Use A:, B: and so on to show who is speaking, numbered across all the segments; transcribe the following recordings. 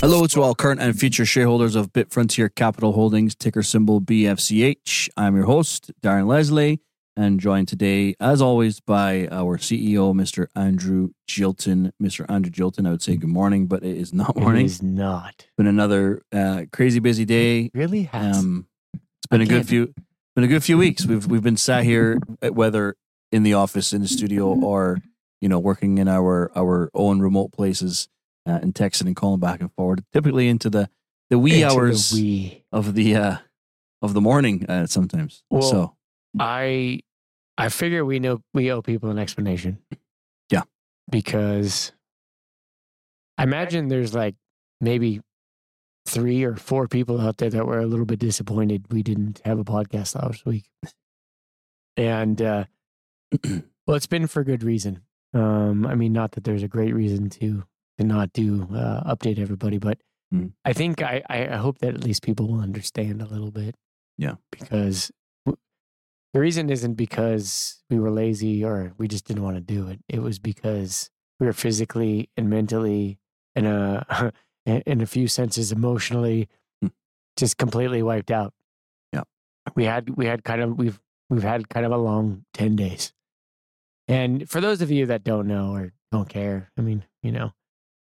A: Hello to all current and future shareholders of Bitfrontier Capital Holdings, ticker symbol BFCH. I'm your host, Darren Leslie, and joined today, as always, by our CEO, Mr. Andrew Jilton. Mr. Andrew Jilton, I would say good morning, but it is not morning.
B: It
A: It's
B: is not.
A: been another uh, crazy busy day.
B: Really has.
A: Um, it's been a good
B: Again.
A: few. it's Been a good few weeks. We've we've been sat here, uh, whether in the office, in the studio, or you know, working in our our own remote places uh, and texting and calling back and forward, typically into the the wee
B: Into the
A: hours
B: wee.
A: of the uh of the morning uh, sometimes.
B: Well,
A: so
B: I I figure we know we owe people an explanation.
A: Yeah.
B: Because I imagine there's like maybe three or four people out there that were a little bit disappointed we didn't have a podcast last week. And uh well it's been for good reason. Um I mean not that there's a great reason to to not do uh update everybody, but
A: Mm.
B: I think I, I I hope that at least people will understand a little bit.
A: Yeah.
B: Because the reason isn't because we were lazy or we just didn't want to do it. It was because we were physically and mentally and uh in in a few senses emotionally
A: Hmm.
B: just completely wiped out.
A: Yeah.
B: We had we had kind of we've we've had kind of a long 10 days. And for those of you that don't know or don't care, I mean, you know,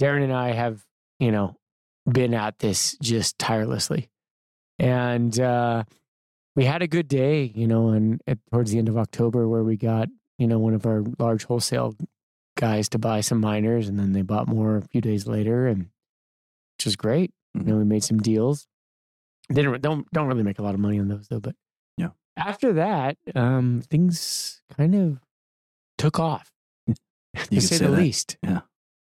B: Darren and I have, you know, been at this just tirelessly. And uh we had a good day, you know, and at, towards the end of October, where we got, you know, one of our large wholesale guys to buy some miners, and then they bought more a few days later, and which was great. You
A: Mm-hmm.
B: know, we made some deals. Didn't don't don't really make a lot of money on those though, but
A: Yeah.
B: After that, um, things kind of took off, to
A: Mm. could
B: say,
A: say
B: the
A: that.
B: least.
A: Yeah.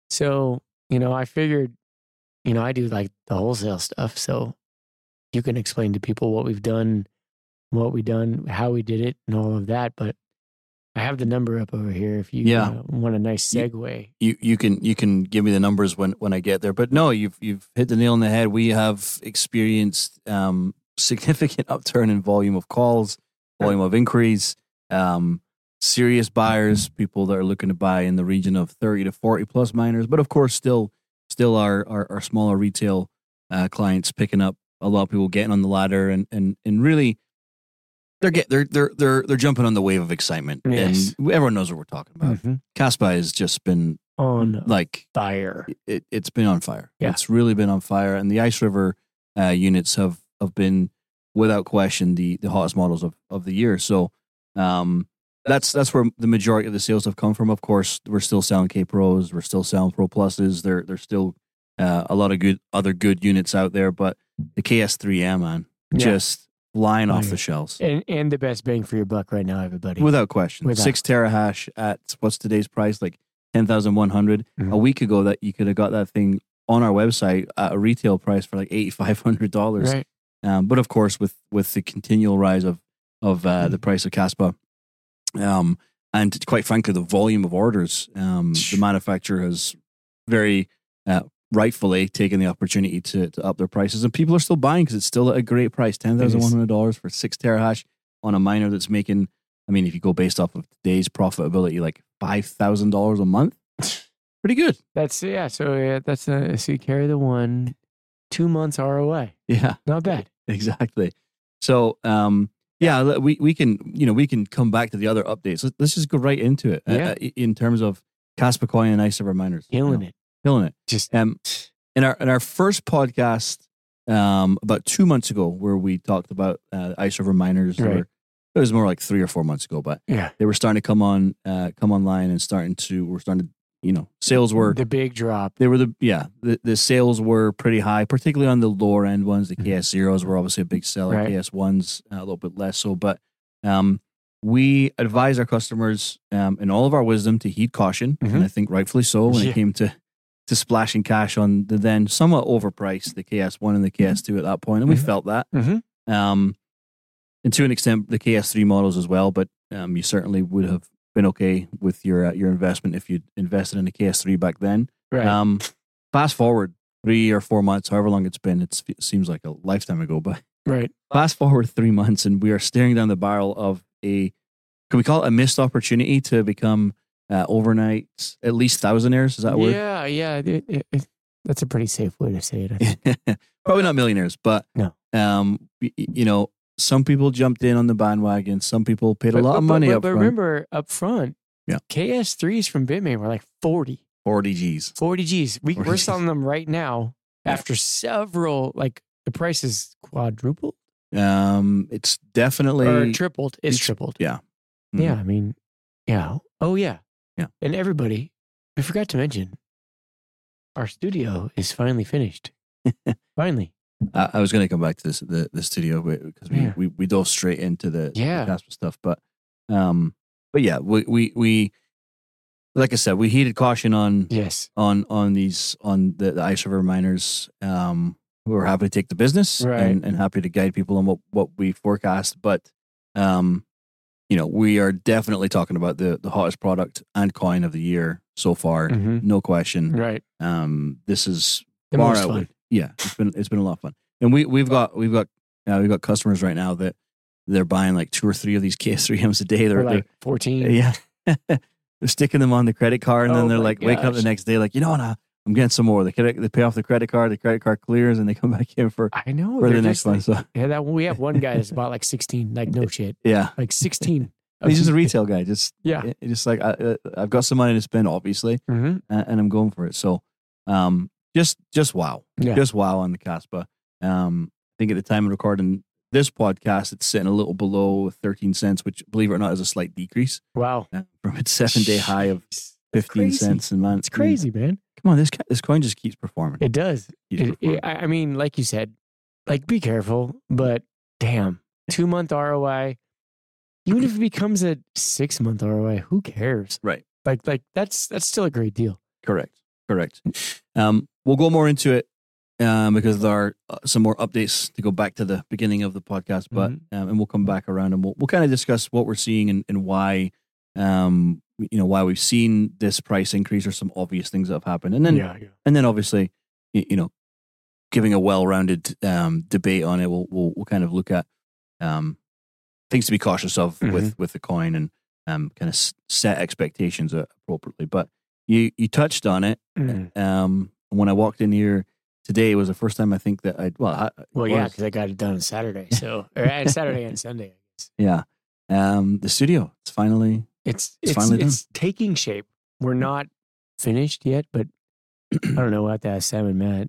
B: So you know, I figured, you know, I do like the wholesale stuff, so you can explain to people what we've done, what we done, how we did it, and all of that. But I have the number up over here if you
A: Yeah.
B: uh, want a nice
A: You-
B: segue.
A: you you can you can give me the numbers when when I get there. But no, you've you've hit the nail on the head. We have experienced um, significant upturn in volume of calls, volume of inquiries, um, serious buyers, people that are looking to buy in the region of thirty to forty plus miners. But of course, still still our our, our smaller retail uh, clients picking up a lot of people getting on the ladder and and and really. They're get they're they're they're they're jumping on the wave of excitement,
B: Yes. Mm.
A: and everyone knows what we're talking about. Caspi has just been
B: On
A: like
B: fire.
A: it, it's been on fire.
B: Yeah.
A: It's really been on fire, and the Ice River uh, units have have been without question the the hottest models of of the year. So um, that's that's where the majority of the sales have come from. Of course, we're still selling K Pros, we're still selling Pro Pluses. There there's still uh, a lot of good other good units out there, but the KS3M man
B: Yeah.
A: just flying off
B: Fire.
A: the shelves.
B: And and the best bang for your buck right now, everybody.
A: Without question,
B: Without-
A: six terahash at what's today's price? Like ten thousand one hundred.
B: Mhm.
A: A week ago, that you could have got that thing on our website at a retail price for like eighty five hundred dollars.
B: right.
A: Um, but of course, with with the continual rise of of uh, the price of Caspa, um, and quite frankly, the volume of orders, um, the manufacturer has very uh, rightfully taken the opportunity to, to up their prices, and people are still buying because it's still at a great price ten thousand one hundred dollars for six terahash on a miner that's making. I mean, if you go based off of today's profitability, like five thousand dollars a month, pretty good.
B: That's yeah. So yeah, that's uh, so you carry the one, two months ROI.
A: Yeah.
B: Not bad.
A: exactly. So, um, yeah, le- we, we can you know we can come back to the other updates. Let- Let's just go right into it. uh,
B: Yeah.
A: uh, i- in terms of Casper Coin and Ice River Miners,
B: Killing
A: you know,
B: it.
A: killing it.
B: Just
A: Um, in our in our first podcast um, about two months ago, where we talked about uh, Ice River Miners, they
B: Right.
A: were- it was more like three or four months ago, but
B: yeah.
A: they were starting to come on uh, come online and starting to we're starting to you know sales were
B: the big drop.
A: they were the yeah the, the sales were pretty high particularly on the lower end ones the ks zeros were obviously a big seller
B: Mm-hmm. Right.
A: ks ones uh, a little bit less so but um we advise our customers um, in all of our wisdom to heed caution
B: Mhm.
A: and i think rightfully so when
B: Yeah.
A: it came to to splashing cash on the then somewhat overpriced the ks1 and the
B: Mm-hmm.
A: ks2 at that point and we
B: Mhm.
A: felt that
B: Mhm.
A: um and to an extent the ks3 models as well but um, you certainly would have been okay with your uh, your investment if you'd invested in a ks3 back then
B: Right.
A: um, fast forward three or four months, however long it's been, it's, it seems like a lifetime ago. But
B: right.
A: fast forward three months, and we are staring down the barrel of a can we call it a missed opportunity to become uh, overnight at least thousandaires? Is that what?
B: yeah. Yeah. It, it, it, That's a pretty safe way to say it. I think.
A: Probably not millionaires, but
B: No.
A: um, y- y- you know, some people jumped in on the bandwagon. Some people paid a lot of money
B: But,
A: up
B: but
A: front.
B: remember up front,
A: Yeah.
B: KS3s from Bitmain were like 40,
A: 40 G's.
B: 40 G's. We,
A: 40
B: we're
A: Gs.
B: selling them right now
A: Yeah.
B: after several, like the price is quadrupled
A: Um, it's definitely
B: or tripled. It's,
A: it's-
B: tripled.
A: yeah. Mhm.
B: Yeah. I mean, yeah. Oh, yeah.
A: Yeah.
B: And everybody, I forgot to mention, our studio is finally finished. finally.
A: I, I was going to come back to this the, the studio because we,
B: Yeah.
A: we we dove straight into the
B: Yeah.
A: the Casper stuff, but um, but yeah, we we we like I said, we heated caution on
B: Yes.
A: on on these on the, the ice river miners. Um, we were happy to take the business
B: Right.
A: and, and happy to guide people on what what we forecast, but um, you know, we are definitely talking about the the hottest product and coin of the year so far,
B: Mhm.
A: no question.
B: Right.
A: Um, this is
B: The
A: Far
B: most
A: outweigh-
B: fun.
A: yeah, it's been it's been a lot of fun, and we we've got we've got uh, we've got customers right now that they're buying like two or three of these KS3Ms a day. They're,
B: We're like 14.
A: they're yeah, they're sticking them on the credit card, and
B: Oh
A: then they're
B: my
A: like waking up the
B: gosh.
A: next day like you know what, I- I'm getting some more. They credit, they pay off the credit card, the credit card clears, and they come back in for
B: I know.
A: for
B: Oh, they're
A: the next
B: just
A: one.
B: like-
A: So
B: Yeah, that we have one guy that's bought like sixteen. Like no shit,
A: yeah,
B: like sixteen.
A: he's just a retail guy. Mm-hmm. Just
B: Yeah.
A: it- just like I, uh, I've got some money to spend, obviously,
B: hmm
A: and, and I'm going for it. So, um, just just wow,
B: Yeah.
A: just wow on the Caspa. Um, I think at the time of recording this podcast, it's sitting a little below 13 cents, which, believe it or not, is a slight decrease
B: Wow.
A: uh, from its seven day high of
B: Jeez.
A: 15
B: crazy.
A: cents. And man,
B: It's crazy, man.
A: Come on, this ca- this coin just keeps performing.
B: Mm. It does.
A: keeps
B: It,
A: performing.
B: it- I I mean, like you said, like be careful, but damn, two month ROI. Even if it becomes a six month ROI, who cares?
A: Right.
B: Like, like that's that's still a great deal.
A: Correct. Correct. Um, we'll go more into it um, because there are uh, some more updates to go back to the beginning of the podcast, but
B: Mhm.
A: um, and we'll come back around and we'll we'll kind of discuss what we're seeing and, and why um, you know why we've seen this price increase or some obvious things that have happened, and then
B: yeah.
A: and then obviously y- you know giving a well-rounded um, debate on it, we'll we'll, we'll kind of look at um, things to be cautious of
B: Mm-hmm.
A: with with the coin and um, kind of s- set expectations uh, appropriately, but. You, you touched on it
B: Mm.
A: um, when I walked in here today was the first time I think that I well I,
B: Well,
A: it
B: yeah,
A: was.
B: because I got it done Saturday, so or uh, Saturday and Sunday. I guess.
A: yeah um, the studio it's finally
B: It's
A: It's
B: it's
A: finally done.
B: it's taking shape. We're not finished yet, but I don't know what that Sam and Matt.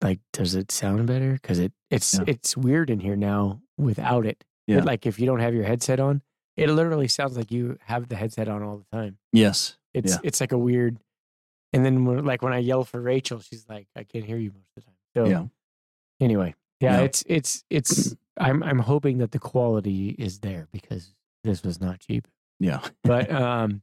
B: Like, does it sound better? Because it it's
A: Yeah.
B: it's weird in here now without it. It-
A: Yeah.
B: like if you don't have your headset on, it literally sounds like you have the headset on all the time.
A: yes
B: It's it's like a weird. And then when, like when I yell for Rachel, she's like, I can't hear you most of the time. So
A: yeah
B: anyway, yeah,
A: No.
B: it's it's it's. I'm I'm hoping that the quality is there because this was not cheap
A: yeah
B: but um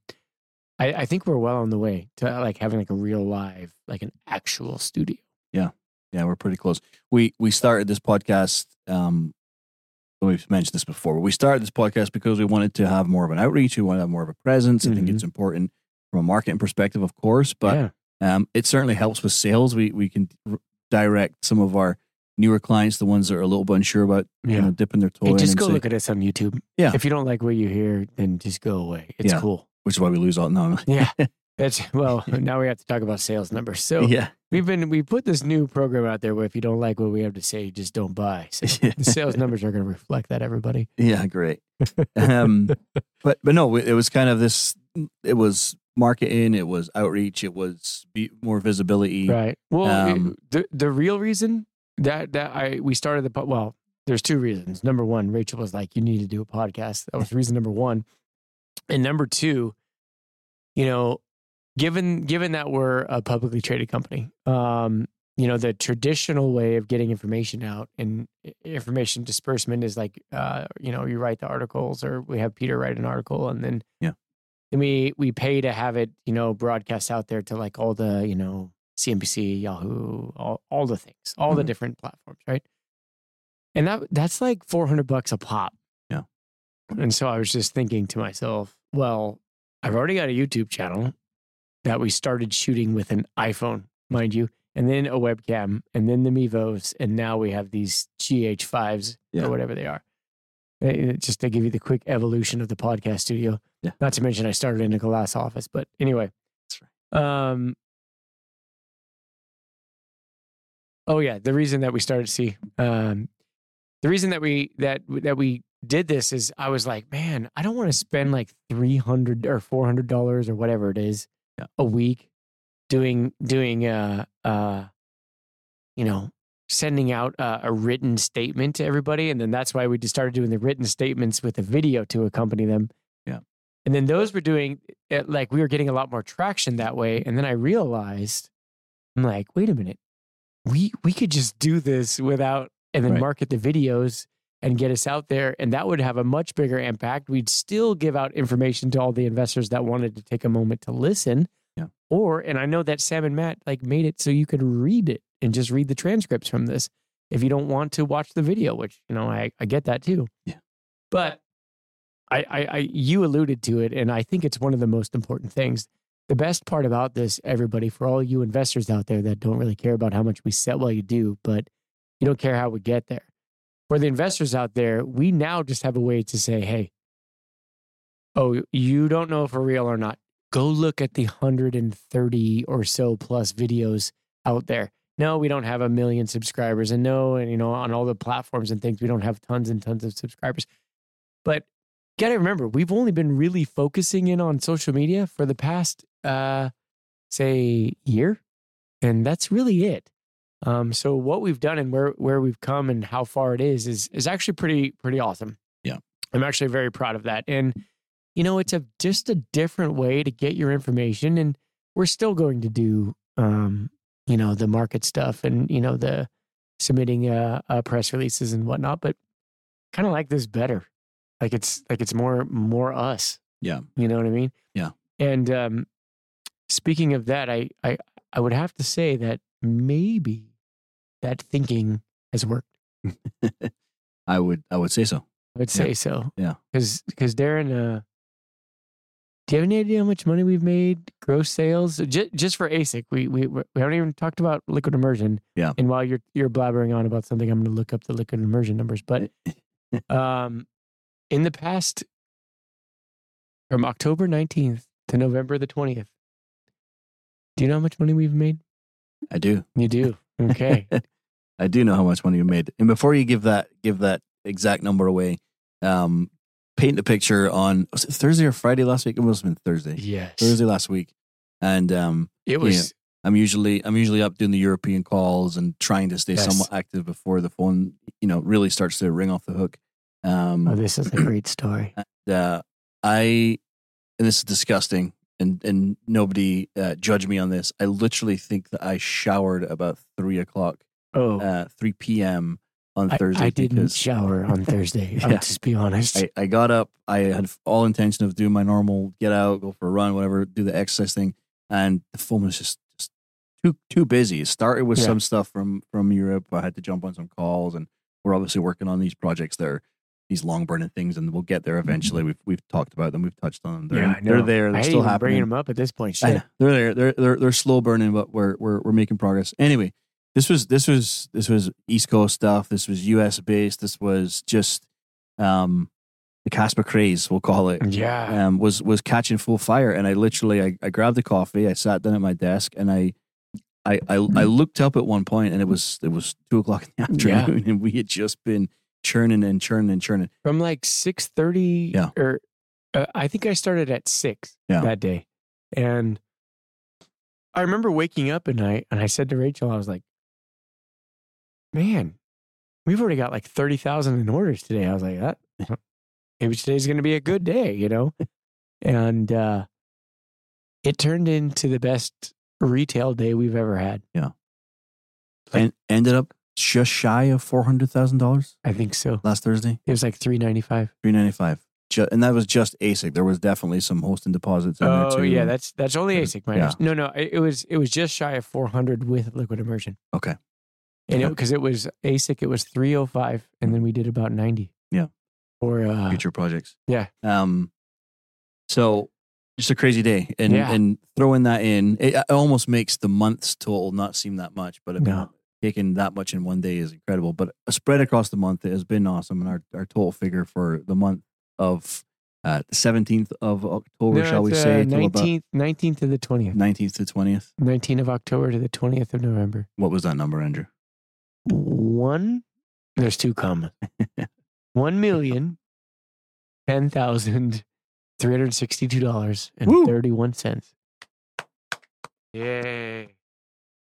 B: I, I think we're well on the way to uh, like having like a real live like an actual studio
A: yeah we're pretty close we we started this podcast um, we've mentioned this before but we started this podcast because we wanted to have more of an outreach we wanted to have more of a presence I think
B: Mhm.
A: it's important from a marketing perspective of course but
B: yeah.
A: Um, it certainly helps with sales. We we can r- direct some of our newer clients, the ones that are a little bit unsure about you
B: Yeah.
A: know, dipping their toe
B: hey
A: in,
B: just
A: and
B: go
A: say-
B: look at us on youtube
A: Yeah.
B: if you don't like what you hear then just go away it's
A: Yeah.
B: cool
A: which is why we lose all. No, I'm-
B: yeah that's well now we have to talk about sales numbers so
A: yeah,
B: we've been we put this new program out there where if you don't like what we have to say just don't buy so the sales numbers are going to reflect that everybody
A: yeah, great. Um, but but no, it was kind of this. It was marketing. It was outreach. It was be, more visibility.
B: Right. Well, it-
A: Um,
B: the the real reason that that I we started the po- well, there's two reasons. Number one, Rachel was like, "You need to do a podcast." That was reason number one, and number two, you know, given given that we're a publicly traded company, um, you know, the traditional way of getting information out and i- information disbursement is like, uh, you know, you write the articles, or we have Peter write an article, and then
A: Yeah.
B: Then we we pay to have it, you know, broadcast out there to like all the, you know, CNBC, Yahoo, all, all the things, all the
A: Mhm.
B: different platforms, right? And that that's like 400 bucks a pop.
A: Yeah.
B: And so I was just thinking to myself, well, I've already got a YouTube channel that we started shooting with an iPhone, mind you, and then a webcam, and then the Mevos, and now we have these GH5s
A: Yeah.
B: or whatever they are. Uh, Just to give you the quick evolution of the podcast studio.
A: Yeah.
B: Not to mention I started in a glass office, but anyway.
A: That's
B: right. Um, Oh yeah, the reason that we started to see, um, the reason that we that that we did this is I was like, man, I don't want to spend like three hundred or four hundred dollars or whatever it is
A: Yeah.
B: a week doing doing uh uh you know sending out uh, a written statement to everybody, and then that's why we just started doing the written statements with a video to accompany them.
A: Yeah.
B: and then those were doing it, like we were getting a lot more traction that way, and then I realized I'm like, wait a minute we we could just do this without and then
A: Right.
B: market the videos and get us out there and that would have a much bigger impact we'd still give out information to all the investors that wanted to take a moment to listen
A: Yeah.
B: or and i know that sam and matt like made it so you could read it and just read the transcripts from this if you don't want to watch the video which you know i, I get that too
A: Yeah.
B: but I, I i you alluded to it and i think it's one of the most important things the best part about this, everybody, for all you investors out there that don't really care about how much we set while you do, but you don't care how we get there. For the investors out there, we now just have a way to say, hey, oh, you don't know for real or not. Go look at the 130 or so plus videos out there. No, we don't have a million subscribers. And no, and you know, on all the platforms and things, we don't have tons and tons of subscribers. But gotta remember, we've only been really focusing in on social media for the past uh say year. And that's really it. Um, so what we've done and where where we've come and how far it is is is actually pretty pretty awesome.
A: Yeah.
B: I'm actually very proud of that. And you know, it's a just a different way to get your information and we're still going to do um, you know, the market stuff and you know the submitting uh, uh press releases and whatnot, but kind of like this better like it's like it's more more us
A: Yeah.
B: you know what i mean
A: Yeah.
B: and um speaking of that i i i would have to say that maybe that thinking has worked
A: I would I would say so.
B: i would
A: Yeah.
B: say so
A: Yeah.
B: because because darren uh do you have any idea how much money we've made gross sales just, just for asic we, we we haven't even talked about liquid immersion
A: Yeah.
B: and while you're you're blabbering on about something i'm going to look up the liquid immersion numbers but um, in the past, from October 19th to November the 20th, do you know how much money we've made?
A: I do.
B: You do. Okay.
A: I do know how much money you made. And before you give that give that exact number away, um, paint the picture on was it Thursday or Friday last week. It must have been Thursday.
B: yes.
A: Thursday last week. And um,
B: It was,
A: I'm usually I'm usually up doing the European calls and trying to stay
B: Yes.
A: somewhat active before the phone, you know, really starts to ring off the hook. Um,
B: oh, this is a great story.
A: uh, I, and this is disgusting, and and nobody uh, judge me on this. I literally think that I showered about three o'clock,
B: Oh,
A: uh, three p.m. on
B: I,
A: Thursday
B: I didn't
A: because uh,
B: shower on Thursday. I'll
A: Yeah.
B: just be honest.
A: I, I got up. I had all intention of doing my normal get out, go for a run, whatever, do the exercise thing, and the phone was just, just too too busy. It started with
B: Yeah.
A: some stuff from from Europe. I had to jump on some calls, and we're obviously working on these projects that are these long burning things, and we'll get there eventually. We've we've talked about them. We've touched on them. They're,
B: Mm-hmm. Yeah, I
A: they're
B: know.
A: there. They're
B: I hate
A: still
B: even bringing
A: happening.
B: them up at this point.
A: I
B: Shit.
A: know. They're there. They're they're they're slow burning, but we're we're we're making progress. Anyway, this was this was this was East Coast stuff. This was U.S. based. This was just um the Casper craze, we'll call it.
B: Yeah.
A: Um, was was catching full fire, and I literally I, I grabbed a coffee, I sat down at my desk, and I. I, I, I looked up at one point and it was it was two o'clock in the
B: Hmm. Yeah.
A: afternoon and we had just been churning and churning and churning.
B: From like 6.30
A: Yeah.
B: or uh, I think I started at 6
A: Yeah.
B: that day. And I remember waking up and I and I said to Rachel, I was like, man, we've already got like 30,000 in orders today. I was like, that maybe today's going to be a good day, you know? and uh, it turned into the best retail day we've ever had. Like-
A: and ended up just shy of four hundred thousand dollars
B: I think so.
A: last Thursday.
B: It was like 395.
A: Three ninety five. Ju- and that was just ASIC. There was definitely some hosting deposits in there
B: Oh
A: too.
B: yeah, that's that's only
A: Yeah.
B: ASIC miners. No, no, it, it was it was just shy of 400 with liquid immersion.
A: Okay.
B: And
A: Okay.
B: because it, was ASIC, it was 305, and then we did about 90.
A: Yeah.
B: Or uh,
A: future projects.
B: yeah.
A: Um. So just a crazy day, and
B: Yeah.
A: and throwing that in, it, it almost makes the month's total not seem that much, but I mean,
B: No.
A: taking that much in one day is incredible. But spread across the month, it has been awesome, and our our total figure for the month of uh seventeenth of October,
B: no,
A: shall we
B: it's, uh,
A: say, till about
B: 19th, 19th to the 20th,
A: nineteenth to twentieth.
B: 19th of October to the 20th of November.
A: What was that number, Andrew?
B: one there's two commas one million ten thousand three hundred sixty two dollars and
A: Woo.
B: thirty one cents yay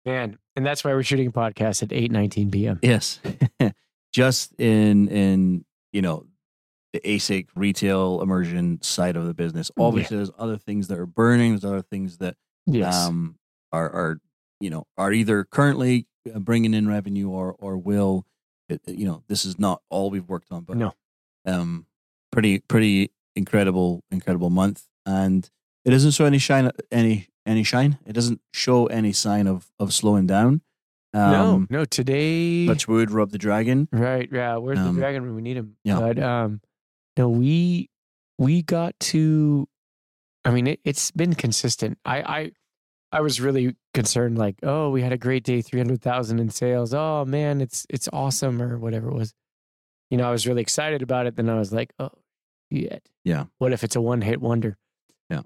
B: man and that's why we're shooting a podcast at eight nineteen p.m
A: Yes. Just in in you know the ASIC retail immersion side of the business.
B: Mm, Yeah.
A: Obviously, there's other things that are burning. There's other things that
B: yes
A: um, are are you know are either currently uh, bringing in revenue or or will. It, it- you know, this is not all we've worked on, but
B: No.
A: um, pretty pretty incredible incredible month, and it doesn't show any shine any any shine. It doesn't show any sign of of slowing down. Um,
B: no no today
A: Touch wood, rub the dragon.
B: Right. Yeah. Where's
A: Um,
B: the dragon room? We need him.
A: yeah.
B: But um, no, we we got to. I mean, it, it's been consistent. I I I was really concerned. Like, oh, we had a great day, three hundred thousand in sales. Oh man, it's it's awesome or whatever it was. You know, I was really excited about it. Then I was like, oh, shit.
A: Yeah.
B: What if it's a one hit wonder?
A: Yeah.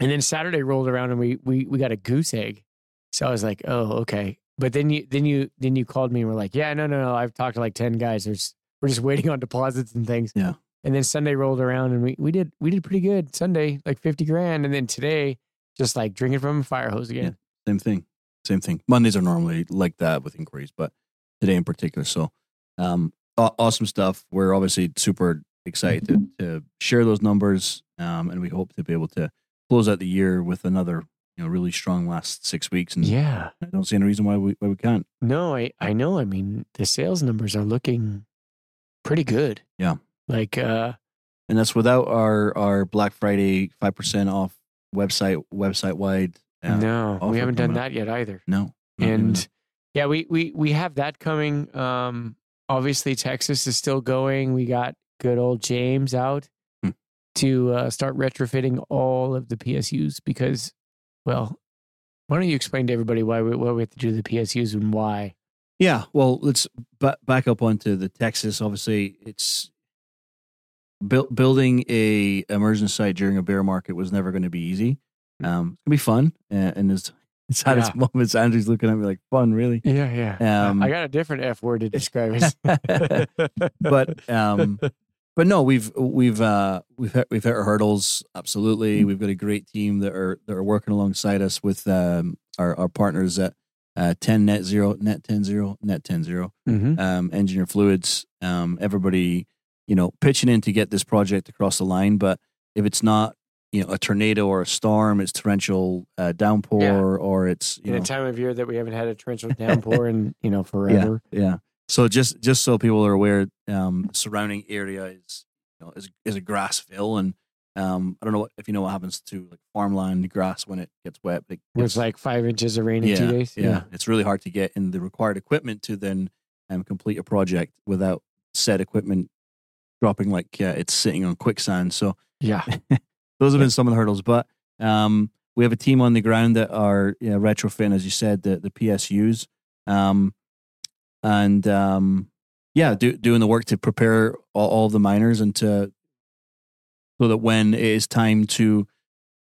B: And then Saturday rolled around and we we we got a goose egg. So I was like, oh, okay. But then you then you then you called me and were like, yeah, no, no, no. I've talked to like ten guys. There's we're just waiting on deposits and things.
A: Yeah.
B: And then Sunday rolled around and we we did we did pretty good Sunday, like fifty grand. And then today, just like drinking from a fire hose again.
A: Same thing. Same thing. Mondays are normally like that with inquiries, but today in particular. So, um, aw- awesome stuff. We're obviously super excited to, to share those numbers, um, and we hope to be able to close out the year with another, you know, really strong last six weeks. And
B: yeah.
A: I don't see any reason why we why we can't.
B: No, I, I know. I mean, the sales numbers are looking pretty good.
A: Yeah.
B: Like uh
A: And that's without our our Black Friday five percent off website website wide. Uh,
B: no,
A: offer
B: we haven't done
A: coming up.
B: that yet either.
A: no, not even
B: and
A: that.
B: yeah we we we have that coming um obviously texas is still going we got good old james out
A: Hmm.
B: to uh, start retrofitting all of the psus because well why don't you explain to everybody why we, why we have to do the psus and why
A: Yeah, well, let's ba back up onto the Texas. Obviously, it's built building a immersion site during a bear market was never going to be easy. Um, it's gonna be fun, uh, and it's it's at its
B: Yeah.
A: moments. Andrew's looking at me like, "Fun, really?"
B: yeah yeah
A: Um,
B: i got a different f word to describe it
A: but um, but no, we've we've uh, we've hit, we've hit our hurdles. Absolutely, we've got a great team that are that are working alongside us with um, our our partners at uh, Ten Net Zero, Net Ten Zero, Net Ten Zero.
B: Mhm.
A: um, engineer fluids, um, everybody, you know, pitching in to get this project across the line. But if it's not, you know, a tornado or a storm, it's torrential uh, downpour
B: Yeah.
A: or it's, you
B: in a
A: know,
B: time of year that we haven't had a torrential downpour in you know forever
A: yeah. So just just so people are aware, um, surrounding area is you know is is a grass fill, and um, I don't know what, if you know what happens to like farmland grass when it gets wet. But it
B: with
A: gets-
B: like five inches of rain in two days
A: yeah. It's really hard to get in the required equipment to then um, complete a project without said equipment dropping like uh, it's sitting on quicksand. So
B: yeah
A: those have been some of the hurdles, but um, we have a team on the ground that are you know, retrofitting, as you said, the, the PSUs, um, and um, yeah, do, doing the work to prepare all, all the miners and to so that when it is time to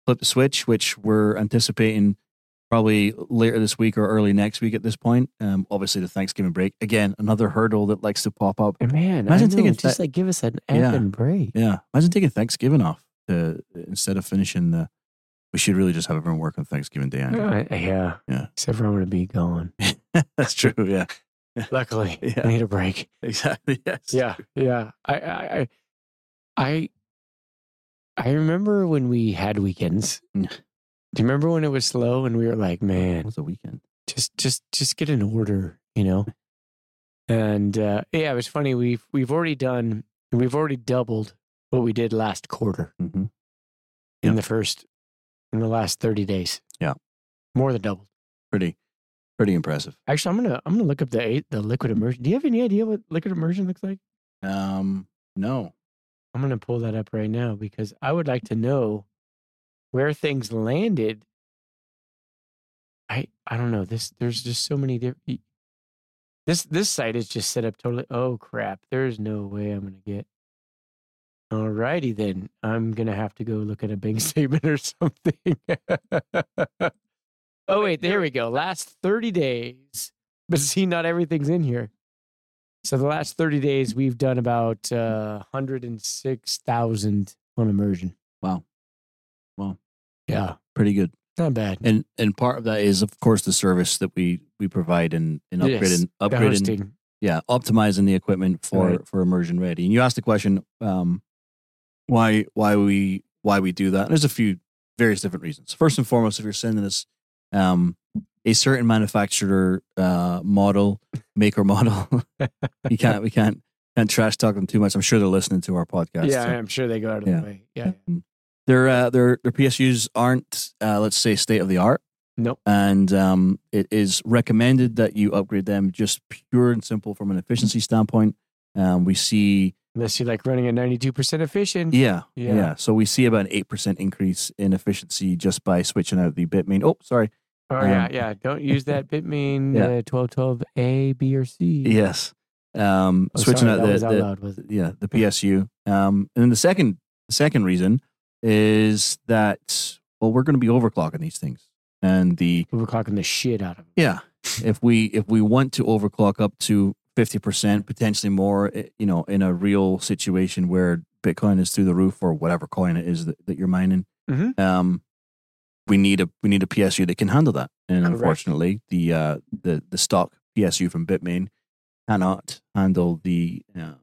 A: flip the switch, which we're anticipating probably later this week or early next week at this point. Um, obviously, the Thanksgiving break again, another hurdle that likes to pop up.
B: And man,
A: Imagine
B: I know,
A: taking
B: just
A: that-
B: like give us an
A: Yeah.
B: effing break.
A: Yeah, imagine taking Thanksgiving off uh instead of finishing the. We should really just have everyone work on Thanksgiving Day. Andrew.
B: Uh, yeah.
A: Yeah.
B: Except for I'm going to be gone.
A: That's true. Yeah,
B: Luckily,
A: Yeah.
B: I need a break.
A: exactly. Yes.
B: Yeah. Yeah. I, I, I, I, I remember when we had weekends. Do
A: Mm.
B: you remember when it was slow and we were like, man,
A: What's a weekend?
B: just, just, just get an order, you know? And uh, yeah, it was funny. We've, we've already done, we've already doubled what we did last quarter.
A: Mm-hmm.
B: in
A: Yeah.
B: the first in the last 30 days.
A: Yeah.
B: More than doubled.
A: Pretty, pretty impressive.
B: Actually, I'm going to I'm going to look up the eight- the liquid immersion. Do you have any idea what liquid immersion looks like?
A: Um, no.
B: I'm going to pull that up right now because I would like to know where things landed. I I don't know. This there's just so many different This this site is just set up totally. Oh crap. There's no way I'm going to get Alrighty then. I'm gonna have to go look at a bank statement or something. oh wait, there we go. Last 30 days, But see, not everything's in here. So the last 30 days, we've done about uh, 106,000 on immersion.
A: Wow. Wow.
B: Yeah.
A: Pretty good.
B: Not bad.
A: And and part of that is of course the service that we we provide in in upgrading
B: Yes, The
A: upgrading
B: hosting.
A: yeah optimizing the equipment for
B: Right.
A: for immersion ready. And you asked the question um why why we why we do that. And there's a few various different reasons. First and foremost, if you're sending us um a certain manufacturer uh model maker model, you can't we can't can't trash talk them too much. I'm sure they're listening to our podcast.
B: yeah,
A: so-
B: I'm sure they go out of
A: Yeah.
B: the way. Yeah.
A: their uh, their their PSUs aren't uh, let's say state of the art.
B: Nope.
A: And um, it is recommended that you upgrade them just pure and simple from an efficiency standpoint. Um, we see,
B: Unless you're like running at 92% efficient.
A: yeah, yeah,
B: Mm-hmm. Yeah.
A: So we see about an eight percent increase in efficiency just by switching out the Bitmain. Oh, sorry.
B: Oh, yeah.
A: Um,
B: Yeah. Don't use that Bitmain
A: Yeah.
B: uh, 1212A, B, or C.
A: Yes. Um,
B: Mm-hmm. Oh,
A: switching
B: sorry,
A: out
B: that
A: the,
B: was out
A: the
B: loud, was it?
A: yeah the PSU. Um, and then the second the second reason is that well we're going to be overclocking these things, and the
B: We were clocking the shit out of it.
A: Yeah. if we if we want to overclock up to 50% potentially more i- you know in a real situation where bitcoin is through the roof or whatever coin it is that, that you're mining
B: Mhm.
A: um we need a we need a psu that can handle that and
B: Correct.
A: unfortunately the uh the the stock psu from bitmain cannot handle the uh,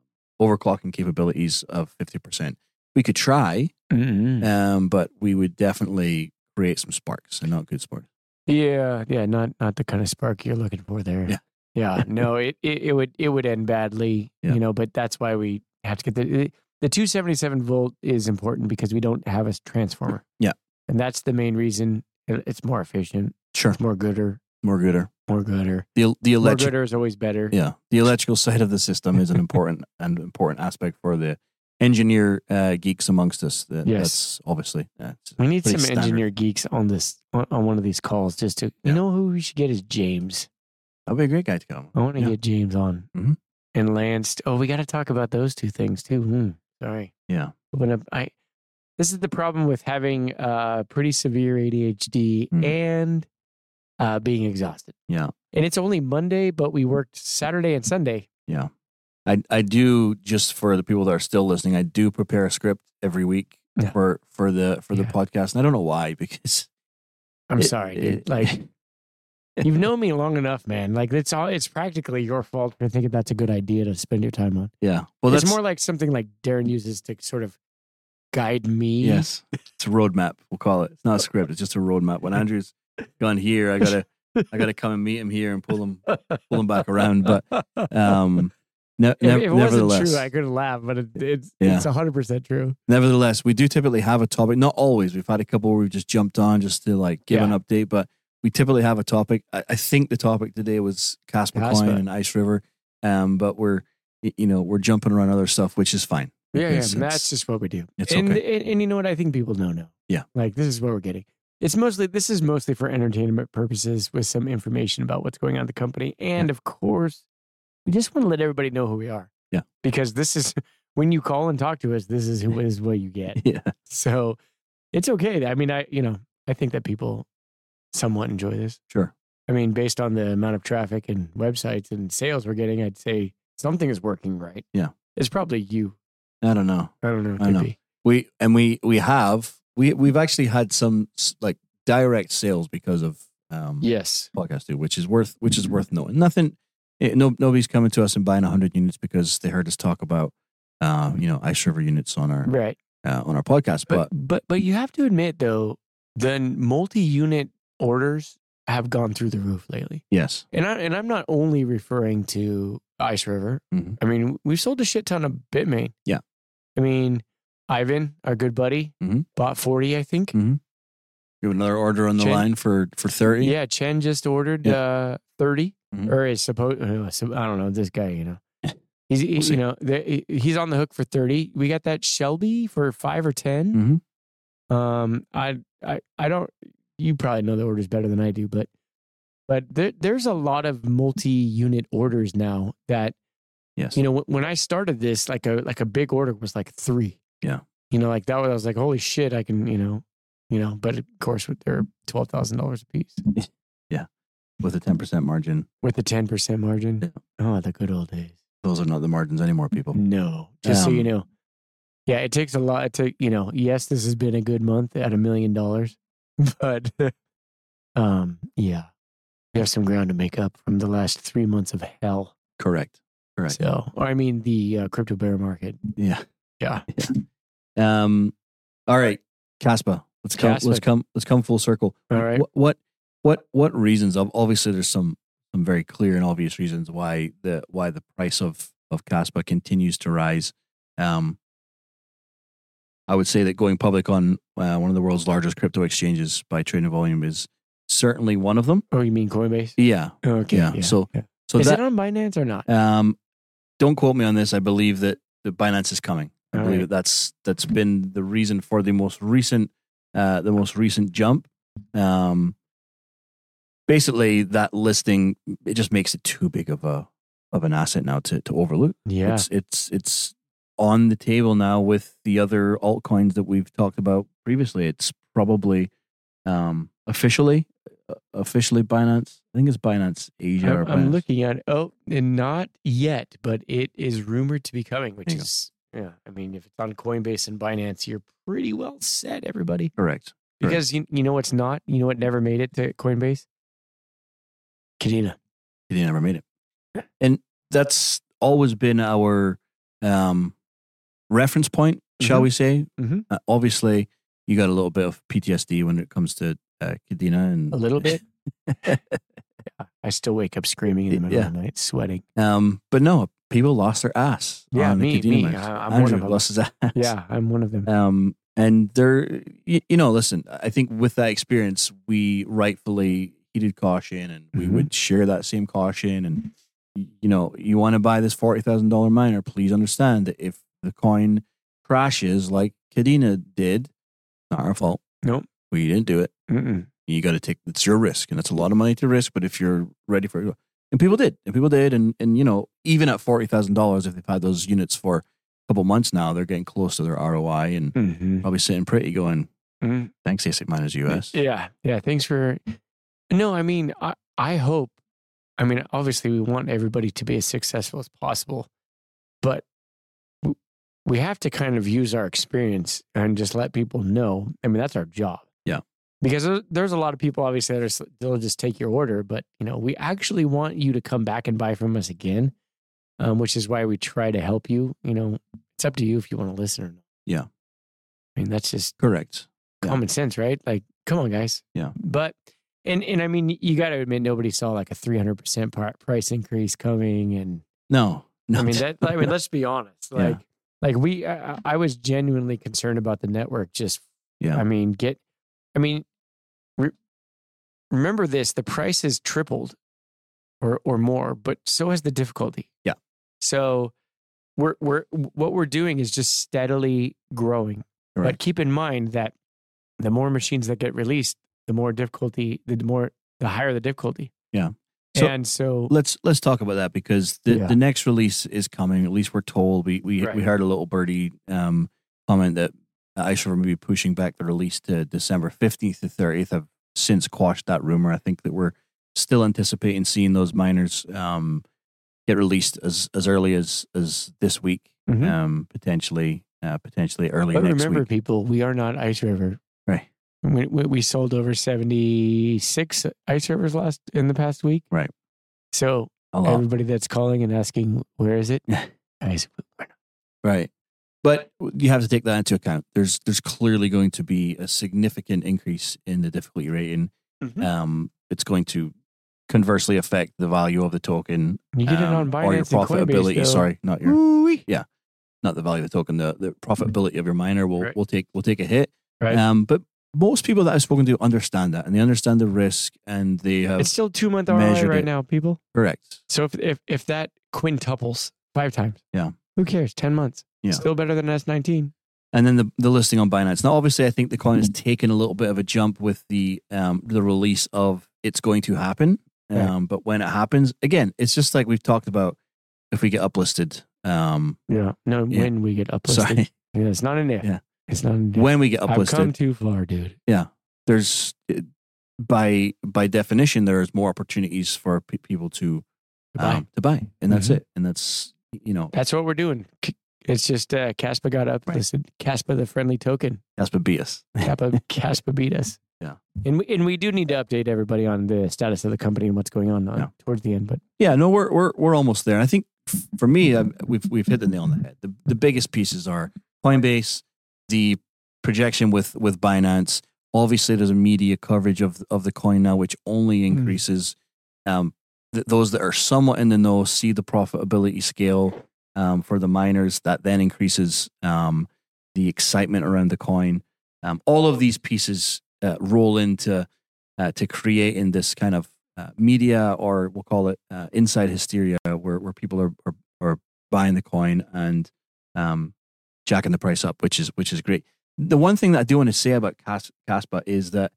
A: overclocking capabilities of 50% we could try
B: Mm-mm.
A: um but we would definitely create some sparks and not good sparks
B: Yeah, yeah, not not the kind of spark you're looking for there.
A: Yeah.
B: yeah. No, it, it it would it would end badly,
A: Yeah.
B: you know. But that's why we have to get the it- the 277 volt is important because we don't have a transformer.
A: Yeah.
B: and that's the main reason. It- It's more efficient.
A: sure
B: It's more gooder.
A: more gooder
B: More gooder.
A: the the
B: More
A: electric
B: gooder is always better.
A: Yeah, the electrical side of the system is an important and important aspect for the engineer uh, geeks amongst us. That,
B: Yes.
A: that's obviously yeah, it's-
B: We need
A: Pretty
B: some
A: standard.
B: engineer geeks on this on, on one of these calls just to
A: Yeah.
B: you know who we should get is James.
A: that'd be a great guy to come.
B: I want to
A: Yeah.
B: get James on
A: Mhm.
B: and Lance. Oh, we got to talk about those two things too. Hmm. Sorry.
A: Yeah.
B: Open up. I. This is the problem with having uh, pretty severe ADHD
A: Mm.
B: and uh, being exhausted.
A: Yeah.
B: And it's only Monday, but we worked Saturday and Sunday.
A: I I do just for the people that are still listening. I do prepare a script every week
B: Yeah.
A: for for the for the
B: Yeah.
A: podcast, and I don't know why because
B: I'm
A: It-
B: sorry, dude.
A: it-
B: like. You've known me long enough, man. Like it's all—it's practically your fault for thinking that's a good idea to spend your time on.
A: yeah, well that's
B: it's more like something like Darren uses to sort of guide me.
A: yes, it's a roadmap. We'll call it. It's not a script. It's just a roadmap. When Andrew's gone here, I gotta I gotta come and meet him here and pull him pull him back around. But um, ne-
B: If,
A: ne-
B: if it
A: nevertheless,
B: wasn't true, I could laugh, but it, it's
A: Yeah.
B: it's hundred percent true.
A: Nevertheless, we do typically have a topic. Not always. We've had a couple where we've just jumped on just to like give
B: Yeah.
A: an update, but we typically have a topic. I, I think the topic today was Casper
B: Casper.
A: Coin and Ice River, um, but we're y- you know we're jumping around other stuff, which is fine.
B: Yeah, yeah,
A: because
B: and
A: it's-
B: that's just what we do.
A: it's
B: and,
A: okay.
B: and and you know what? I think people know now.
A: Yeah.
B: like this is what we're getting. It's mostly this is mostly for entertainment purposes with some information about what's going on in the company, and of course, we just want to let everybody know who we are.
A: Yeah.
B: because this is when you call and talk to us. This is who is what you get.
A: yeah,
B: So it's okay. I mean, I you know I think that people somewhat enjoy this.
A: sure.
B: I mean, based on the amount of traffic and websites and sales we're getting, I'd say something is working right.
A: Yeah.
B: It's probably you.
A: I don't know.
B: I don't know. It
A: I
B: could
A: know.
B: be.
A: We and we we have we we've actually had some s- like direct sales because of um
B: Yes.
A: podcast do, which is worth which is worth knowing. Nothing, eh, no nobody's coming to us and buying hundred units because they heard us talk about uh, you know Ice River units on our
B: Right.
A: uh, on our podcast.
B: But,
A: But
B: but but you have to admit though, the multi-unit orders have gone through the roof lately.
A: yes,
B: And I and I'm not only referring to Ice River.
A: Mhm.
B: I mean, we've sold a shit ton of Bitmain.
A: Yeah.
B: I mean, Ivan, our good buddy,
A: Mhm.
B: bought 40, I think.
A: you have another order on the
B: Chen-
A: line for for thirty.
B: Yeah, Chen just ordered
A: Yeah.
B: uh, 30
A: Mhm.
B: or is supposed. I don't know this guy. You know, he's he-
A: see.
B: you know the, he- he's on the hook for thirty. We got that Shelby for five or 10
A: Mhm.
B: Um, I I I don't. You probably know the orders better than I do, but but there, there's a lot of multi-unit orders now that
A: Yes.
B: you know, wh- when I started this, like a like a big order was like three.
A: Yeah.
B: You know, like that was I was like, holy shit, I can, you know, you know, but of course with- they're twelve thousand dollars a piece.
A: Yeah. with a 10% margin.
B: with a 10% margin. Oh, the good old days.
A: Those are not the margins anymore, people.
B: No, just so you
A: Um,
B: know. Yeah, it takes a lot to, you know, yes, this has been a good month at a million dollars, but um yeah. We have some ground to make up from the last 3 months of hell.
A: Correct. Correct.
B: So, or I mean the uh, crypto bear market.
A: Yeah.
B: Yeah.
A: Um, all right, Caspa. Let's come. Let's
B: Caspa.
A: come. Let's come full circle.
B: All right.
A: What what what, what reasons? ob- Obviously, there's some some very clear and obvious reasons why the why the price of of Caspa continues to rise. Um, I would say that going public on uh, one of the world's largest crypto exchanges by trading volume is certainly one of them.
B: Oh, you mean Coinbase?
A: Yeah.
B: Okay.
A: Yeah,
B: Yeah.
A: so-
B: yeah.
A: So
B: is
A: that
B: it on Binance or not?
A: um, don't quote me on this. I believe that the Binance is coming. I
B: All
A: believe
B: right.
A: that that's that's been the reason for the most recent uh, the most recent jump. Um, basically, that listing it just makes it too big of a of an asset now to to overlook.
B: Yeah.
A: It's it's it's on the table now with the other altcoins that we've talked about previously. It's probably um, officially uh, officially Binance. I think it's Binance Asia. or
B: I'm, I'm
A: Binance.
B: looking at oh, and not yet, but it is rumored to be coming, which
A: There you go.
B: is yeah. I mean, if it's on Coinbase and Binance, you're pretty well set, everybody.
A: correct. Correct.
B: Because you you know what's not, you know what never made it to Coinbase. Kadena.
A: He never made it. And that's always been our um, reference point, shall
B: Mhm.
A: we say?
B: Mhm.
A: Uh, obviously, you got a little bit of PTSD when it comes to uh, Kadena, and
B: A little bit. Yeah, I still wake up screaming in the middle
A: Yeah.
B: of the night, sweating.
A: Um, but no, people lost their ass.
B: Yeah,
A: on the
B: me-
A: Kadena
B: me.
A: mines.
B: I- I'm one
A: Andrew
B: of 'em.
A: lost his ass.
B: Yeah, I'm one of them.
A: Um, and there, you, you know, listen, I think with that experience, we rightfully heeded caution and we
B: Mhm.
A: would share that same caution. And, y- you know, you want to buy this $40,000 miner, please understand that if the coin crashes like Kadena did, not our fault.
B: Nope.
A: We didn't do it.
B: Mm-mm.
A: You got to take, it's your risk. And it's a lot of money to risk. But if you're ready for it, and people did, and people did. And, and you know, even at $40,000, if they've had those units for a couple months now, they're getting close to their ROI. And,
B: Mhm.
A: probably sitting pretty going,
B: Mm.
A: thanks, ASIC Miners US.
B: Yeah, yeah. Thanks for. No, I mean, I, I hope. I mean, obviously, we want everybody to be as successful as possible, but w- we have to kind of use our experience and just let people know. I mean, that's our job.
A: Yeah.
B: Because there- there's a lot of people, obviously, that are, s- they'll just take your order, but you know, we actually want you to come back and buy from us again, um, which is why we try to help you. You know, it's up to you if you want to listen or not.
A: Yeah.
B: I mean, that's just
A: Correct. Yeah.
B: common sense, right? Like, come on, guys.
A: Yeah.
B: But and and I mean, you got to admit, nobody saw like a three hundred percent price increase coming, and
A: No, no.
B: I mean that. I mean, let's be honest.
A: Yeah.
B: Like, like we, I, I- I was genuinely concerned about the network. Just,
A: Yeah.
B: I mean, get, I mean, re, remember this: the price has tripled, or or more, but so has the difficulty.
A: Yeah.
B: So, we're we're what we're doing is just steadily growing. But
A: Correct.
B: keep in mind that the more machines that get released, the more difficulty, the more the higher the difficulty.
A: Yeah. So-
B: and so
A: let's let's talk about that because the,
B: Yeah.
A: the next release is coming. At least we're told. We we, we
B: Right.
A: heard a little birdie um, comment that ISO will be pushing back the release to December fifteenth to thirtieth. I've since quashed that rumor. I think that we're still anticipating seeing those miners um, get released as as early as as this week,
B: Mhm.
A: um, potentially uh, potentially early
B: But
A: next
B: remember,
A: week.
B: people, we are not Ice River.
A: Right.
B: We, we, we sold over 76 Ice Rivers last in the past week.
A: Right.
B: So
A: A lot.
B: everybody that's calling and asking, where is it? Ice, we're not-
A: Right. But you have to take that into account. There's there's clearly going to be a significant increase in the difficulty rating.
B: Mhm.
A: Um, it's going to conversely affect the value of the token
B: you get it
A: um,
B: on Binance
A: or your
B: and Coinbase,
A: profitability.
B: though.
A: Sorry, not your
B: Ooh-wee.
A: not the value of the token. The, the profitability of your miner will
B: Right.
A: will take will take a hit.
B: Right.
A: Um, but most people that I've spoken to understand that and they understand the risk and they have
B: It's still two month ROI
A: measured
B: right
A: it.
B: now, people.
A: correct.
B: So if, if if that quintuples five times,
A: Yeah.
B: who cares? Ten months,
A: Yeah.
B: still better than S nineteen.
A: and then the, the listing on Binance. Now, obviously, I think the coin has taken a little bit of a jump with the um, the release of it's going to happen. Um,
B: Right.
A: But when it happens, again, it's just like we've talked about. If we get uplisted, um,
B: Yeah, no,
A: Yeah.
B: when we get uplisted,
A: sorry,
B: yeah, it's not an if.
A: Yeah.
B: It's not an if.
A: when we get
B: I've
A: uplisted,
B: come too far, dude.
A: there's it, by by definition, there is more opportunities for pe- people to
B: Goodbye.
A: um, to buy, and that's
B: Mhm.
A: it. And that's you know
B: That's what we're doing. C- It's just uh, Caspa got up.
A: Right.
B: Listen, Caspa the friendly token.
A: that's what beat us.
B: Kappa, Caspa beat us.
A: Yeah.
B: And we, and we do need to update everybody on the status of the company and what's going on, on
A: Yeah.
B: towards the end. But
A: Yeah, no, we're we're we're almost there. And I think f- for me, I, we've we've hit the nail on the head. The the biggest pieces are Coinbase, the projection with with Binance. Obviously, there's a media coverage of of the coin now, which only
B: Hmm.
A: increases. Um, th- those that are somewhat in the know see the profitability scale um, for the miners. That then increases um, the excitement around the coin. Um, all of these pieces uh, roll into uh, to create in this kind of uh, media, or we'll call it uh, inside hysteria, where where people are are, are buying the coin and um, jacking the price up, which is which is great. The one thing that I do want to say about Cas- Caspa is that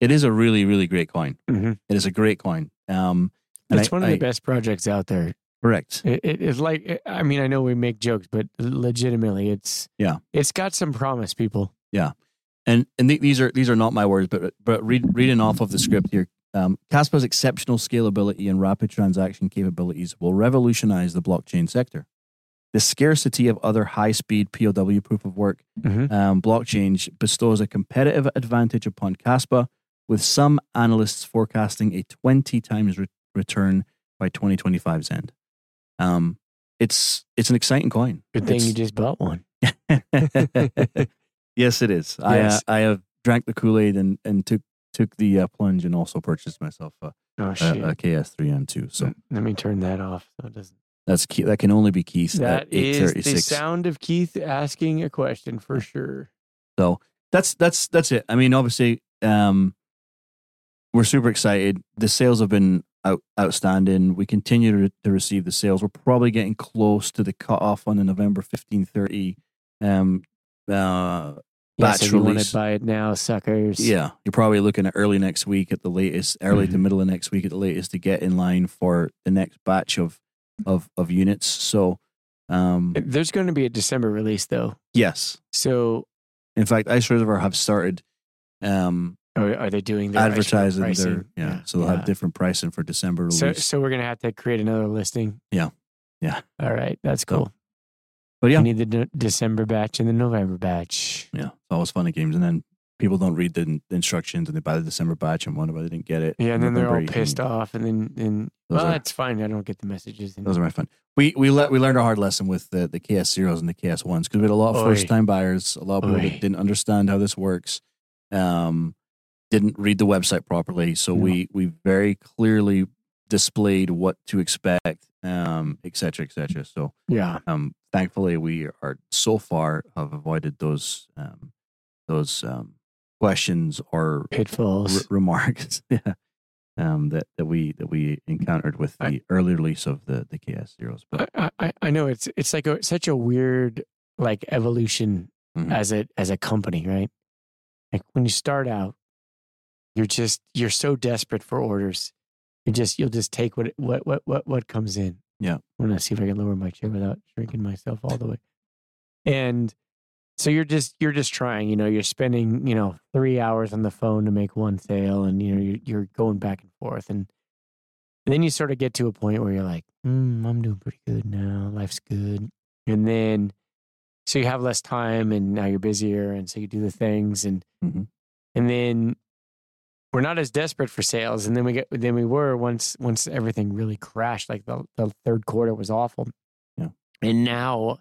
A: it is a really really great coin. It is a great coin. Um, and
B: it's
A: Mm-hmm. I-
B: one of the
A: I-
B: best projects out there.
A: Correct.
B: It, it, it's like I mean I know we make jokes, but legitimately, it's
A: Yeah.
B: it's got some promise, people.
A: and and th- these are these are not my words, but but read, reading off of the script here, um, Caspa's exceptional scalability and rapid transaction capabilities will revolutionize the blockchain sector. The scarcity of other high-speed POW proof of work
B: Mm-hmm.
A: um, blockchain bestows a competitive advantage upon Caspa, with some analysts forecasting a 20 times re- return by 2025's end. Um, it's it's an exciting coin.
B: Good thing
A: It's-
B: you just bought one.
A: yes, it is. I uh,
B: Yes.
A: I have drank the Kool Aid and and took took the uh, plunge and also purchased myself a,
B: Oh
A: a,
B: shit! Mm.
A: a KS3M2. Uh, So
B: Let me turn that off. So it doesn't.
A: that's key, that can only be Keith's
B: That
A: at
B: is the
A: 836.
B: sound of Keith asking a question for sure.
A: that's that's that's it. I mean, obviously, um, we're super excited. The sales have been out, outstanding. We continue to, to receive the sales. We're probably getting close to the cutoff on the November 1530 um, uh,
B: Yes,
A: Batch
B: if you want
A: release.
B: to buy it now, suckers.
A: Yeah, you're probably looking at early next week at the latest, early to
B: Mhm.
A: middle of next week at the latest to get in line for the next batch of of of units. So, um,
B: There's going to be a December release though.
A: yes,
B: So
A: in fact, Ice Reservoir have started um,
B: are, are they doing their ice cream
A: advertising their
B: pricing?
A: yeah, so they'll have
B: yeah.
A: different pricing for December
B: So,
A: release.
B: so we're gonna have to create another listing.
A: Yeah. Yeah.
B: All right, that's
A: So,
B: cool.
A: but yeah,
B: We need the De- December batch and the November batch.
A: yeah, it's always fun and games, and then. People don't read the in- the instructions and they buy the December batch and wonder why they didn't get it.
B: Yeah, and then they're all
A: November,
B: pissed
A: and
B: off, and then and
A: Those
B: well,
A: are-
B: that's fine. I don't get the messages. And,
A: Those are my fun. We we let we learned a hard lesson with the, the KS zeros and the KS ones because we had a lot of
B: Oy.
A: first time buyers, a lot of people
B: Oy.
A: that didn't understand how this works, um, didn't read the website properly. So
B: No.
A: we we very clearly displayed what to expect, um, et cetera, et cetera. So
B: yeah,
A: um, thankfully we are so far have avoided those um, those um, questions or re-
B: pitfalls.
A: remarks. yeah. Um, that, that we that we encountered with the
B: I-
A: early release of the the KS zeros, but
B: I, I- I, I know it's it's like a, such a weird like evolution
A: Mhm.
B: as a as a company, right? Like when you start out, you're just you're so desperate for orders. You just you'll just take what what what what what comes in.
A: Yeah.
B: I'm gonna see if I can lower my chair without shrinking myself all the way. And so you're just you're just trying, you know, you're spending, you know, three hours on the phone to make one sale and you know, you're you're going back and forth and and then you sort of get to a point where you're like, mm, I'm doing pretty good now. Life's good. And then, so you have less time and now you're busier. And so you do the things. And,
A: Mhm.
B: and then we're not as desperate for sales. And then we get, then we were once, once everything really crashed, like the, the third quarter was awful.
A: Yeah.
B: And now,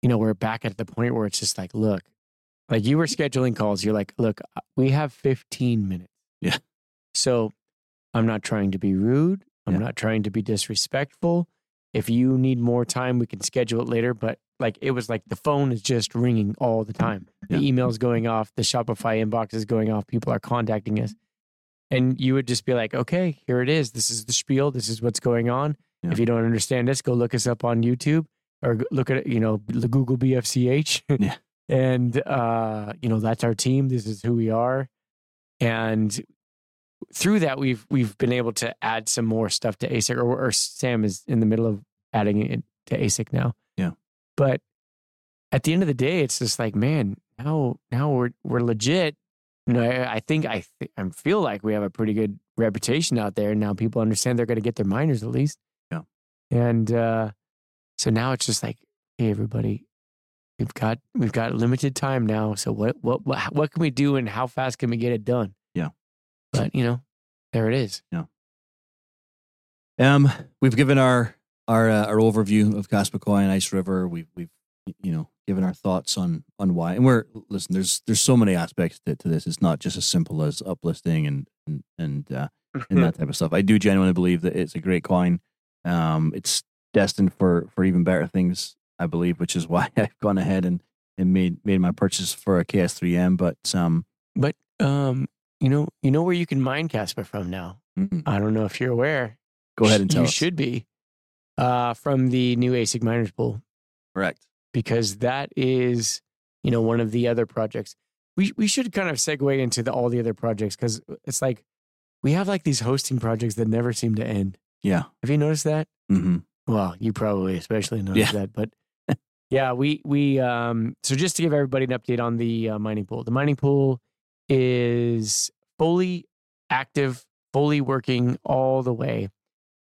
B: you know, we're back at the point where it's just like, look, like you were scheduling calls. You're like, look, uh, we have 15 minutes.
A: Yeah.
B: So I'm not trying to be rude. I'm
A: Yeah.
B: not trying to be disrespectful. If you need more time, we can schedule it later. But like it was like the phone is just ringing all the time. The
A: Yeah.
B: email's going off. The Shopify inbox is going off. People are contacting us. And you would just be like, okay, here it is. This is the spiel. This is what's going on.
A: Yeah.
B: If you don't understand this, go look us up on YouTube or g- look at, it, you know, the Google BFCH.
A: Yeah.
B: and, uh, you know, that's our team. This is who we are. And through that we've we've been able to add some more stuff to ASIC or, or Sam is in the middle of adding it to ASIC now.
A: Yeah.
B: But at the end of the day, it's just like, man, now now we're we're legit. No, I I think I th- I feel like we have a pretty good reputation out there now. People understand they're going to get their minors at least.
A: Yeah.
B: And uh, so now it's just like, hey, everybody, we've got we've got limited time now. So what what what what can we do and how fast can we get it done?
A: Yeah.
B: But you know, there it is.
A: Um, we've given our our uh, our overview of Kaspersky and Ice River. We've we've you know given our thoughts on on why. And we're listen. There's there's so many aspects to, to this. It's not just as simple as uplisting and and and, uh, and that type of stuff. I do genuinely believe that it's a great coin. Um, it's destined for for even better things. I believe, which is why I've gone ahead and and made made my purchase for a KS3M. But um,
B: Um, you know, you know where you can mine Casper from now.
A: mm,
B: I don't know if you're aware.
A: go ahead and
B: Sh-
A: tell
B: You
A: us.
B: should be uh, from the new ASIC miners pool
A: Correct.
B: because that is, you know, one of the other projects. We we should kind of segue into the, all the other projects because it's like we have like these hosting projects that never seem to end.
A: Yeah.
B: Have you noticed that?
A: hmm
B: Well, you probably especially noticed that, but yeah, we we um so just to give everybody an update on the uh, mining pool. The mining pool is fully active, fully working all the way.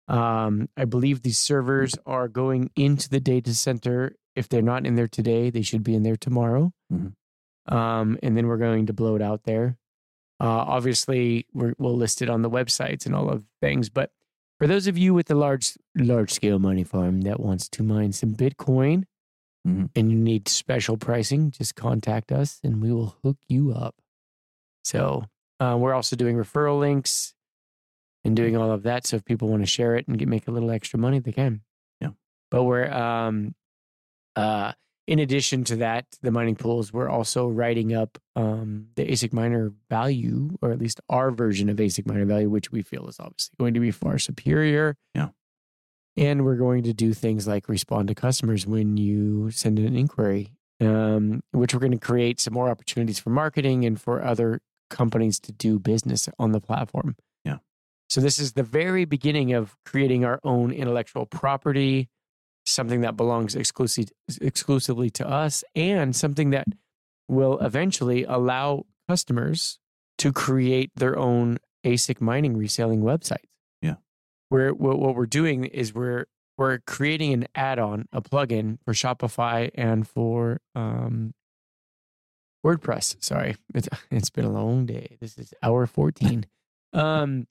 B: Um I believe these servers are going into the data center. If they're not in there today, they should be in there tomorrow.
A: Mhm.
B: Um and then we're going to blow it out there. Uh obviously we're, we'll list it on the websites and all of things, but for those of you with a large large scale money farm that wants to mine some Bitcoin
A: Mhm.
B: and you need special pricing, just contact us and we will hook you up. So uh, we're also doing referral links and doing all of that. So if people want to share it and get make a little extra money, they can.
A: Yeah.
B: But we're um uh in addition to that, the mining pools, we're also writing up um, the ASIC miner value, or at least our version of ASIC miner value, which we feel is obviously going to be far superior.
A: Yeah.
B: And we're going to do things like respond to customers when you send in an inquiry, um, which we're going to create some more opportunities for marketing and for other companies to do business on the platform.
A: Yeah.
B: So this is the very beginning of creating our own intellectual property something that belongs exclusive, exclusively to us and something that will eventually allow customers to create their own ASIC mining reselling websites.
A: Yeah.
B: Where what, what we're doing is we're we're creating an add-on, a plugin for Shopify and for um, WordPress. Sorry, it's it's been a long day. This is hour fourteen. um,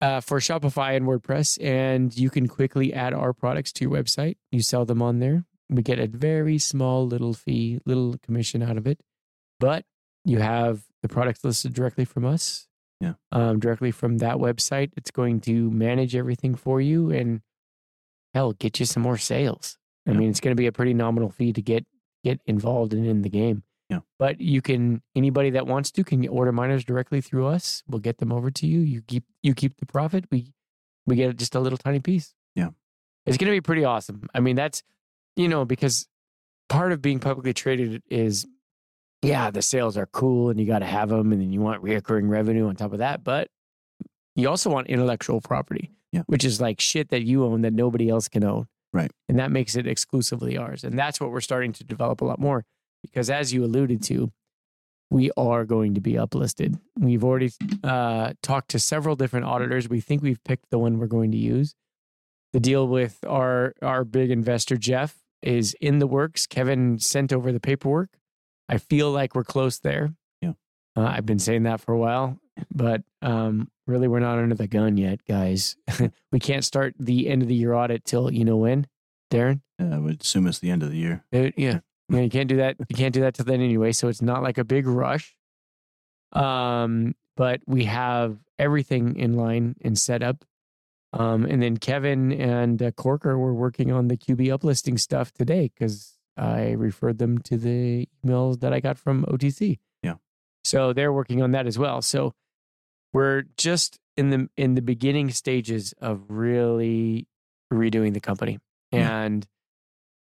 B: uh, for Shopify and WordPress, and you can quickly add our products to your website. You sell them on there. We get a very small little fee, little commission out of it, but you have the products listed directly from us.
A: Yeah.
B: Um, directly from that website, it's going to manage everything for you and hell, get you some more sales. I
A: Yeah.
B: mean, it's going to be a pretty nominal fee to get get involved and in the game.
A: Yeah.
B: But you can anybody that wants to can order miners directly through us. We'll get them over to you. You keep you keep the profit. We we get just a little tiny piece.
A: Yeah.
B: It's going to be pretty awesome. I mean, that's you know because part of being publicly traded is yeah, the sales are cool and you got to have them and then you want reoccurring revenue on top of that, but you also want intellectual property.
A: Yeah.
B: Which is like shit that you own that nobody else can own.
A: Right.
B: And that makes it exclusively ours. And that's what we're starting to develop a lot more because as you alluded to, we are going to be uplisted. We've already uh, talked to several different auditors. We think we've picked the one we're going to use. The deal with our our big investor Jeff is in the works. Kevin sent over the paperwork. I feel like we're close there.
A: Yeah.
B: uh, I've been saying that for a while, but um, really, we're not under the gun yet, guys. we can't start the end of the year audit till you know when, Darren.
A: Uh, I would assume it's the end of the year.
B: Uh, yeah. Yeah, you can't do that. You can't do that till then anyway. So it's not like a big rush. Um, but we have everything in line and set up. Um, and then Kevin and uh, Corker were working on the QB uplisting stuff today because I referred them to the emails that I got from OTC.
A: Yeah.
B: So they're working on that as well. So we're just in the in the beginning stages of really redoing the company
A: Yeah.
B: and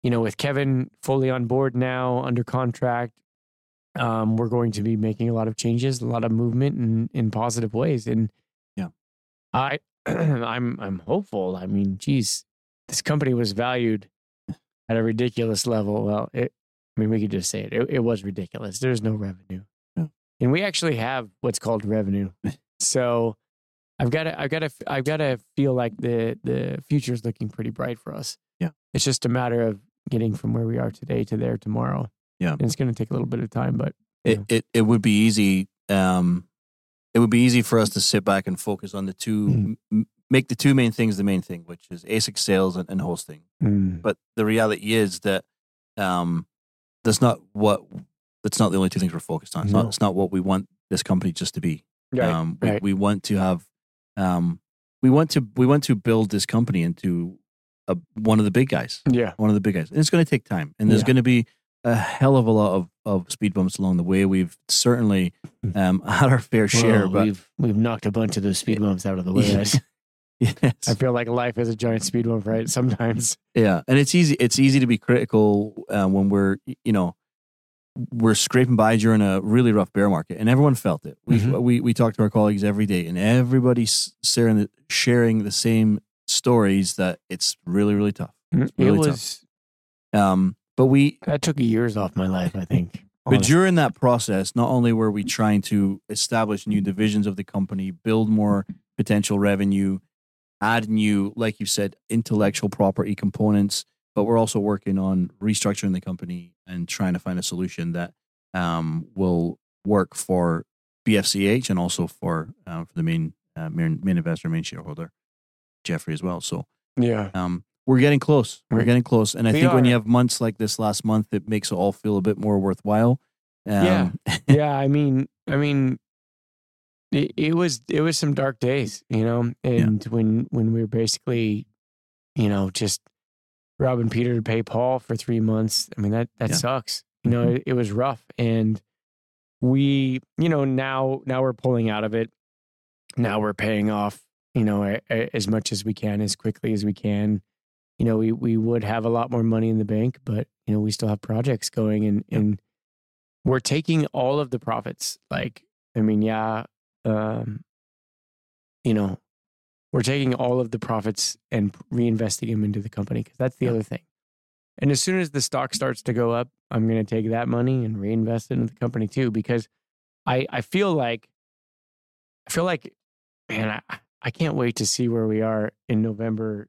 B: you know, with Kevin fully on board now, under contract, um, we're going to be making a lot of changes, a lot of movement in, in positive ways. And
A: Yeah.
B: I I'm I'm hopeful. I mean, geez, this company was valued at a ridiculous level. Well, it I mean, we could just say it. It, it was ridiculous. There's no revenue.
A: Yeah.
B: and we actually have what's called revenue. so I've got to, I've got to, I've got to feel like the the future is looking pretty bright for us.
A: Yeah.
B: it's just a matter of getting from where we are today to there tomorrow.
A: Yeah.
B: and it's going to take a little bit of time, but
A: It,
B: Yeah.
A: it it would be easy. Um, it would be easy for us to sit back and focus on the 2
B: Mhm.
A: m- make the two main things the main thing, which is ASIC sales and, and hosting. But the reality is that um, that's not what that's not the only two things we're focused on. It's not
B: No.
A: it's not what we want this company just to be. um, we,
B: right.
A: we want to have um, we want to we want to build this company into a, one of the big guys
B: yeah,
A: one of the big guys. And it's going to take time, and there's
B: Yeah.
A: going to be a hell of a lot of, of speed bumps along the way. We've certainly um, had our fair share,
B: Well,
A: but
B: we've we've knocked a bunch of those speed bumps out of the way.
A: Yeah.
B: guys. I
A: yes,
B: feel like life is a giant speed bump, right? Sometimes.
A: yeah. And it's easy. It's easy to be critical uh, when we're you know we're scraping by during a really rough bear market, and everyone felt it. We
B: Mhm.
A: we we talked to our colleagues every day, and everybody's sharing the, sharing the same stories that it's really really tough.
B: it
A: really tough.
B: was
A: Um, but we
B: that took years off my life. I think.
A: But
B: honestly.
A: during that process, not only were we trying to establish new divisions of the company, build more potential revenue, add new, like you said, intellectual property components, but we're also working on restructuring the company and trying to find a solution that um, will work for BFCH and also for uh, for the main, uh, main main investor, main shareholder, Jeffrey as well. So
B: yeah,
A: um, we're getting close. We're
B: Right.
A: getting close, and I
B: We
A: think when
B: are.
A: you have months like this last month, it makes it all feel a bit more worthwhile. Um,
B: Yeah. yeah. I mean, I mean, it, it was it was some dark days, you know. And when when we were basically, you know, just robbing Peter to pay Paul for three months. I mean that that
A: Yeah. Mm-hmm.
B: sucks. You know, it, it was rough, and we, you know, now now we're pulling out of it. Now we're paying off, you know, a, a- as much as we can, as quickly as we can. You know, we we would have a lot more money in the bank, but you know, we still have projects going, and
A: Yeah.
B: and we're taking all of the profits. Like, I mean, yeah, um, you know, we're taking all of the profits and reinvesting them into the company because that's the
A: Yeah.
B: other thing. And as soon as the stock starts to go up, I'm going to take that money and reinvest it into the company too because I I feel like I feel like man I I can't wait to see where we are in November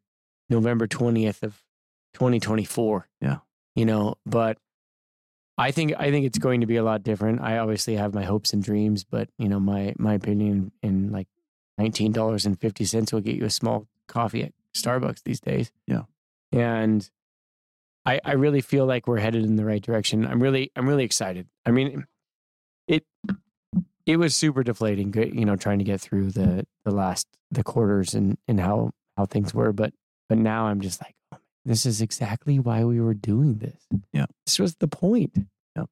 B: November 20th of 2024.
A: Yeah.
B: You know, but I think I think it's going to be a lot different. I obviously have my hopes and dreams, but you know, my my opinion in like nineteen dollars and fifty cents will get you a small coffee at Starbucks these days.
A: Yeah.
B: and I I really feel like we're headed in the right direction. I'm really I'm really excited. I mean, it it was super deflating, good- you know, trying to get through the the last the quarters and and how how things were, but but now I'm just like, oh, this is exactly why we were doing this.
A: Yeah.
B: this was the point.
A: and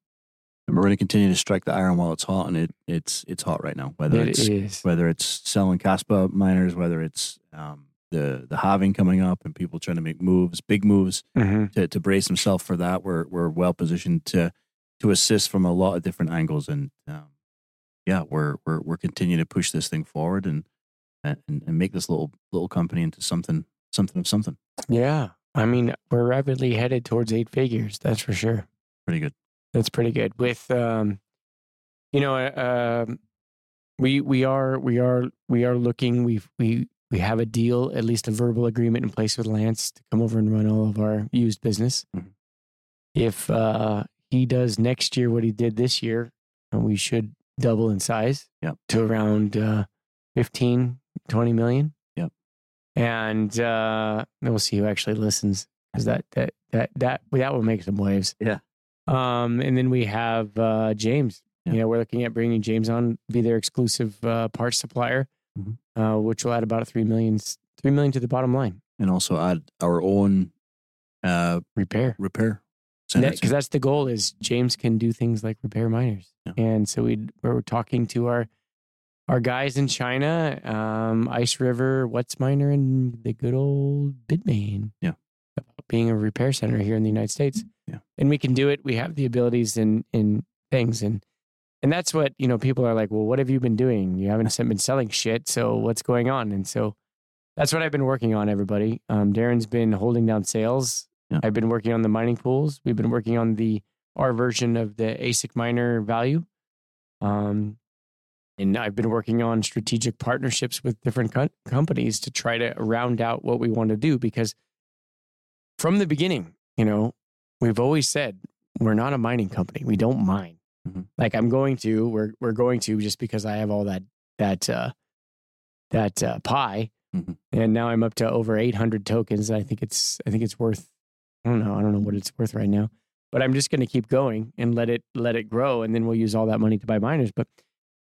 A: we're going to continue to strike the iron while it's hot, and it, it's it's hot right now. Whether
B: It
A: it's
B: is.
A: whether it's selling Caspa miners, whether it's um, the the halving coming up, and people trying to make moves, big moves
B: Mhm.
A: to, to brace themselves for that. We're we're well positioned to to assist from a lot of different angles, and um, yeah, we're we're we're continuing to push this thing forward and and and make this little little company into something something of something.
B: Yeah. I mean, we're rapidly headed towards eight figures. That's for sure.
A: Pretty good.
B: That's pretty good. With, um, you know, uh, um, we we are we are we are looking. We we we have a deal, at least a verbal agreement in place with Lance to come over and run all of our used business.
A: Mhm.
B: If uh, he does next year what he did this year, and we should double in size
A: Yep.
B: to around uh, 15, 20 million.
A: Yep.
B: And uh, we'll see who actually listens because that that that that that will make some waves.
A: Yeah.
B: Um, and then we have uh, James.
A: Yeah.
B: You know, we're looking at bringing James on, be their exclusive uh, parts supplier,
A: Mhm.
B: uh, which will add about three million three million to the bottom line.
A: and also add our own uh,
B: Repair.
A: repair center.
B: because that's the goal is James can do things like repair miners,
A: Yeah.
B: and so we we're talking to our our guys in China, um, Ice River, What's Miner, and the good old Bitmain,
A: Yeah.
B: about being a repair center here in the United States,
A: Yeah.
B: and we can do it. We have the abilities and and things, and and that's what you know. People are like, well, what have you been doing? You haven't been selling shit, so what's going on? And so. That's what I've been working on, everybody. Um, Darren's been holding down sales I've been working on the mining pools. We've been working on the our version of the ASIC miner value. Um, and I've been working on strategic partnerships with different co- companies to try to round out what we want to do because from the beginning, you know, we've always said we're not a mining company. We don't mine.
A: Mhm.
B: Like I'm going to, we're we're going to just because I have all that that uh that uh, pie,
A: Mhm.
B: and now I'm up to over 800 tokens. And I think it's I think it's worth I don't know I don't know what it's worth right now, but I'm just going to keep going and let it let it grow, and then we'll use all that money to buy miners. But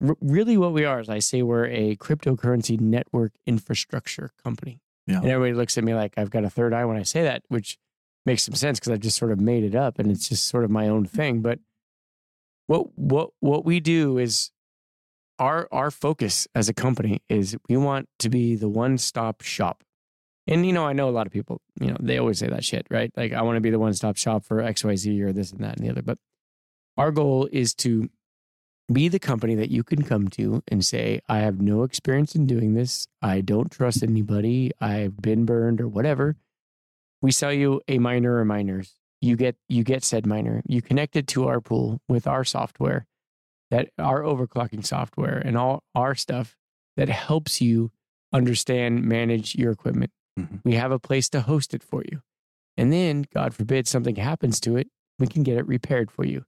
B: r- really, what we are is I say we're a cryptocurrency network infrastructure company,
A: Yeah.
B: and everybody looks at me like I've got a third eye when I say that, which makes some sense because I've just sort of made it up and it's just sort of my own thing. But what what what we do is our our focus as a company is we want to be the one stop shop. And you know, I know a lot of people, you know, they always say that shit, right? Like I want to be the one stop shop for XYZ or this and that and the other. But our goal is to be the company that you can come to and say, I have no experience in doing this. I don't trust anybody. I've been burned or whatever. We sell you a miner or miners. You get you get said miner. You connect it to our pool with our software that our overclocking software and all our stuff that helps you understand, manage your equipment.
A: Mhm.
B: We have a place to host it for you. And then, God forbid, something happens to it, we can get it repaired for you,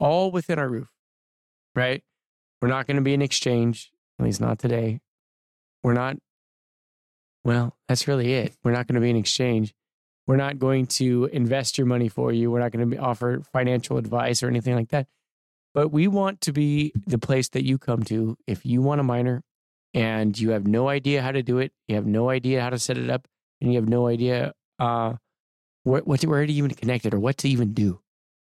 B: all within our roof, right? We're not going to be an exchange, at least not today. We're not, well, that's really it. We're not going to be an exchange. We're not going to invest your money for you. We're not going to be, offer financial advice or anything like that but we want to be the place that you come to if you want a miner and you have no idea how to do it you have no idea how to set it up and you have no idea uh where, what to, where to even connect it or what to even do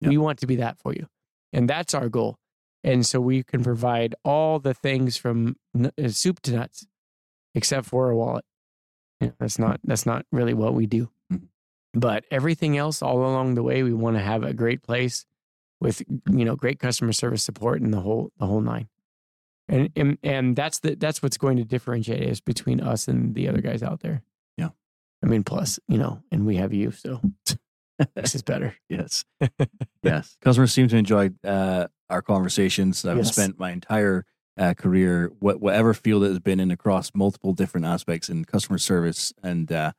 A: Yeah.
B: we want to be that for you and that's our goal and so we can provide all the things from n- uh, soup to nuts except for a wallet You know, that's not that's not really what we do
A: Mhm.
B: but everything else all along the way we want to have a great place with you know great customer service support and the whole the whole nine and and, and that's the that's what's going to differentiate us between us and the other guys out there
A: Mm-hmm. Yeah.
B: i mean plus you know and we have you so this is better
A: Yes. yes. Customers seem to enjoy uh, our conversations. I've
B: Yes.
A: spent my entire uh, career, what, whatever field it has been in, across multiple different aspects in customer service and uh,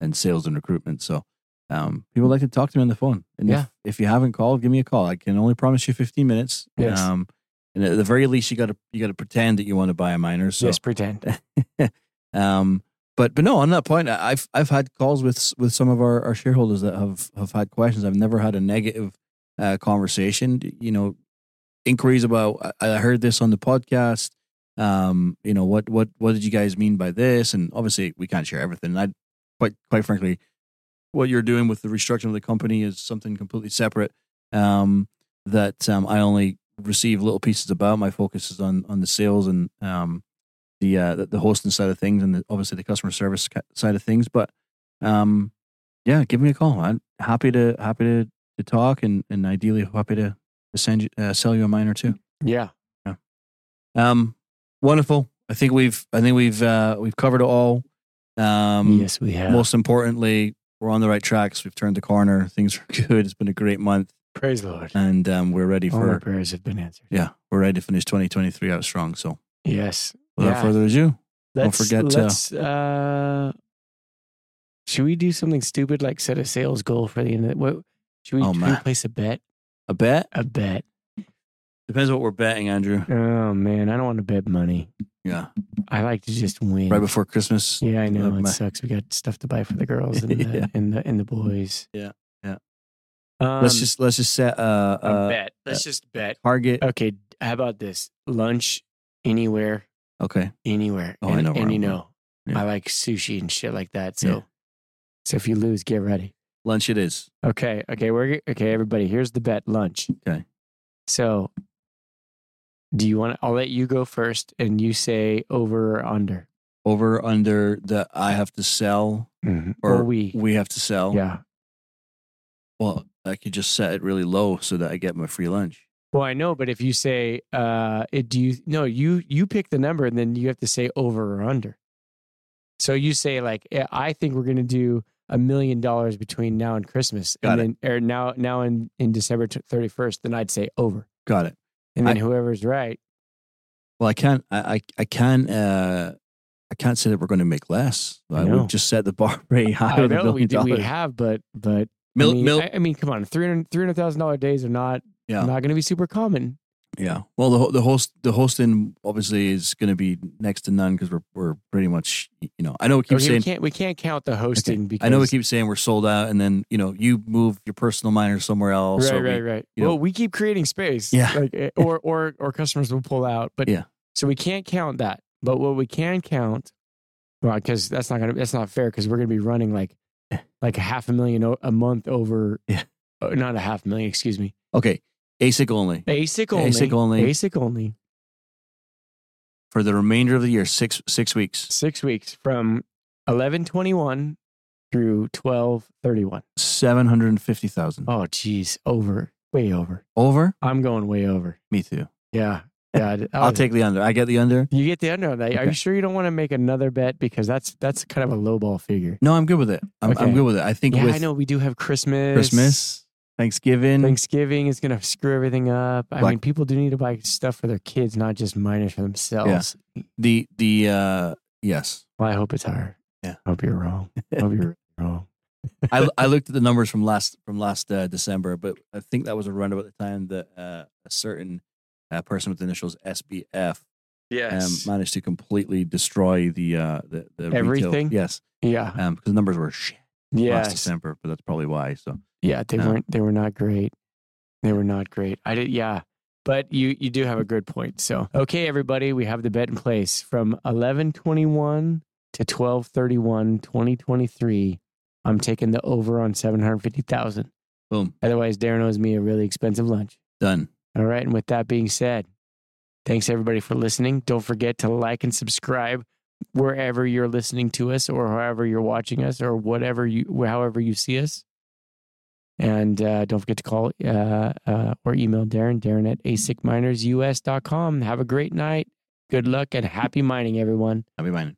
A: and sales and recruitment. So um, people like to talk to me on the phone. And
B: Yeah.
A: if, if you haven't called, give me a call. I can only promise you 15 minutes.
B: Yes.
A: Um, and at the very least, you got to you got to pretend that you want to buy a miner. So
B: just pretend
A: um, but but no, on that point, I- I've I've had calls with s- with some of our, our shareholders that have have had questions. I've never had a negative uh, conversation. You know, inquiries about I, I heard this on the podcast. Um, you know what what what did you guys mean by this? And obviously, we can't share everything. I quite quite frankly, what you're doing with the restructuring of the company is something completely separate. Um, that um, I only receive little pieces about. My focus is on on the sales and um, the uh, the- the hosting side of things and the, obviously the customer service ca- side of things. But um, yeah, give me a call. I'm happy to happy to, to talk and and ideally happy to, to send you uh, sell you a miner too.
B: yeah
A: Um, wonderful. I think we've I think we've uh, we've covered it all. Um,
B: yes we have
A: Most importantly, we're on the right tracks. We've turned the corner. Things are good. It's been a great month,
B: praise the lord
A: and um, we're ready
B: all my
A: for
B: prayers have been answered
A: yeah, we're ready to finish 2023 out strong. So
B: yes
A: without
B: Yeah.
A: further ado,
B: let's
A: forget to-
B: let's uh should we do something stupid like set a sales goal for the end of the, what should we,
A: Oh,
B: should we
A: man.
B: place a bet
A: a bet
B: a bet
A: depends what we're betting, Andrew.
B: Oh man, I don't want to bet money.
A: Yeah,
B: I like to just win.
A: right before Christmas.
B: yeah, I know
A: uh,
B: it
A: my-
B: sucks. We got stuff to buy for the girls and the,
A: Yeah.
B: and the and the boys.
A: Yeah, yeah.
B: Um,
A: let's just uh, let's just set a,
B: a
A: a
B: bet. Let's just bet.
A: target.
B: Okay, how about this? Lunch anywhere,
A: Okay,
B: anywhere.
A: Oh, I
B: and,
A: know where
B: and
A: I'm
B: you
A: going.
B: know,
A: Yeah.
B: I like sushi and shit like that. So,
A: Yeah.
B: so if you lose, get ready.
A: lunch it is.
B: Okay, okay, we're okay. Everybody, here's the bet: lunch.
A: Okay.
B: So, do you want? to I'll let you go first, and you say over or under.
A: Over or under that I have to sell Mm-hmm. or
B: Or we.
A: we have to sell.
B: Yeah.
A: Well, I could just set it really low so that I get my free lunch.
B: Well, I know, but if you say, uh, it, do you no, you you pick the number, and then you have to say over or under. So you say like, "Eh, I think we're going to do a million dollars between now and Christmas,
A: Got
B: and then or now now in in December thirty first. Then I'd say over,
A: Got it.
B: and then
A: I-
B: whoever's right
A: Well, I can't. I I, I can't. Uh, I can't say that we're going to make less.
B: I
A: Like,
B: know.
A: we've just set the bar pretty high.
B: I
A: with a
B: know we
A: billion
B: do, we
A: dollars.
B: have, but but
A: Mil-
B: I, mean,
A: mil- Oh.
B: I, I mean, come on, 300 300000 dollars days are not
A: Yeah.
B: not going to be super common.
A: Yeah. Well, the ho- the host the hosting obviously is going to be next to none because we're we're pretty much you know I know we keep
B: Okay, we
A: saying
B: can't we can't count the hosting because
A: I know we keep saying we're sold out and then you know you move your personal miner somewhere else.
B: right
A: or we-
B: right right.
A: you know-
B: well, we keep creating space.
A: Yeah.
B: Like, eh, or or or customers will pull out, but
A: Yeah.
B: So we can't count that. But what we can count, well, because that's not gonna that's not fair because we're gonna be running like like a half a million o- a month over.
A: Eh. Yeah.
B: oh, Not a half million, excuse me.
A: Okay. ASIC only
B: ASIC only.
A: ASIC only.
B: ASIC only.
A: for the remainder of the year six six weeks
B: six weeks from 1121 through 1231
A: seven hundred and fifty thousand
B: oh geez over way over
A: over.
B: i'm going way over
A: Me too.
B: yeah Oh, yeah I-
A: Eh, I'll take the under. I get the under.
B: you get the under on that are
A: Okay.
B: you sure you don't want to make another bet because that's that's kind of a lowball figure
A: No, I'm good with it. I'm, I'm
B: Okay.
A: good with it. I think
B: yeah
A: with
B: i know we do have christmas
A: Christmas, Thanksgiving,
B: thanksgiving is gonna screw everything up i
A: Black-
B: mean people do need to buy stuff for their kids not just miners for themselves
A: the the uh yes,
B: well i hope it's higher
A: Yeah.
B: hope you're wrong hope you're wrong
A: I, I looked at the numbers from last from last uh, December, but I think that was around about the time that uh, a certain uh, person with the initials SBF um, managed to completely destroy the uh, the, the retail-
B: Everything?
A: Yes,
B: yeah
A: um, because the numbers were shit last
B: yeah
A: December, but that's probably why. So
B: Yeah, they
A: Um,
B: weren't. They were not great. They were not great. I did. Yeah, but you you do have a good point. So okay, everybody, we have the bet in place from eleven twenty one to 1231 2023 i'm taking the over on 750000
A: boom,
B: otherwise darren owes me a really expensive lunch
A: done.
B: all right and with that being said thanks everybody for listening don't forget to like and subscribe wherever you're listening to us or however you're watching us or whatever you however you see us and uh, don't forget to call uh, uh, or email Darren, Darren at asicminersus.com. Have a great night. Good luck and happy mining, everyone.
A: Happy mining.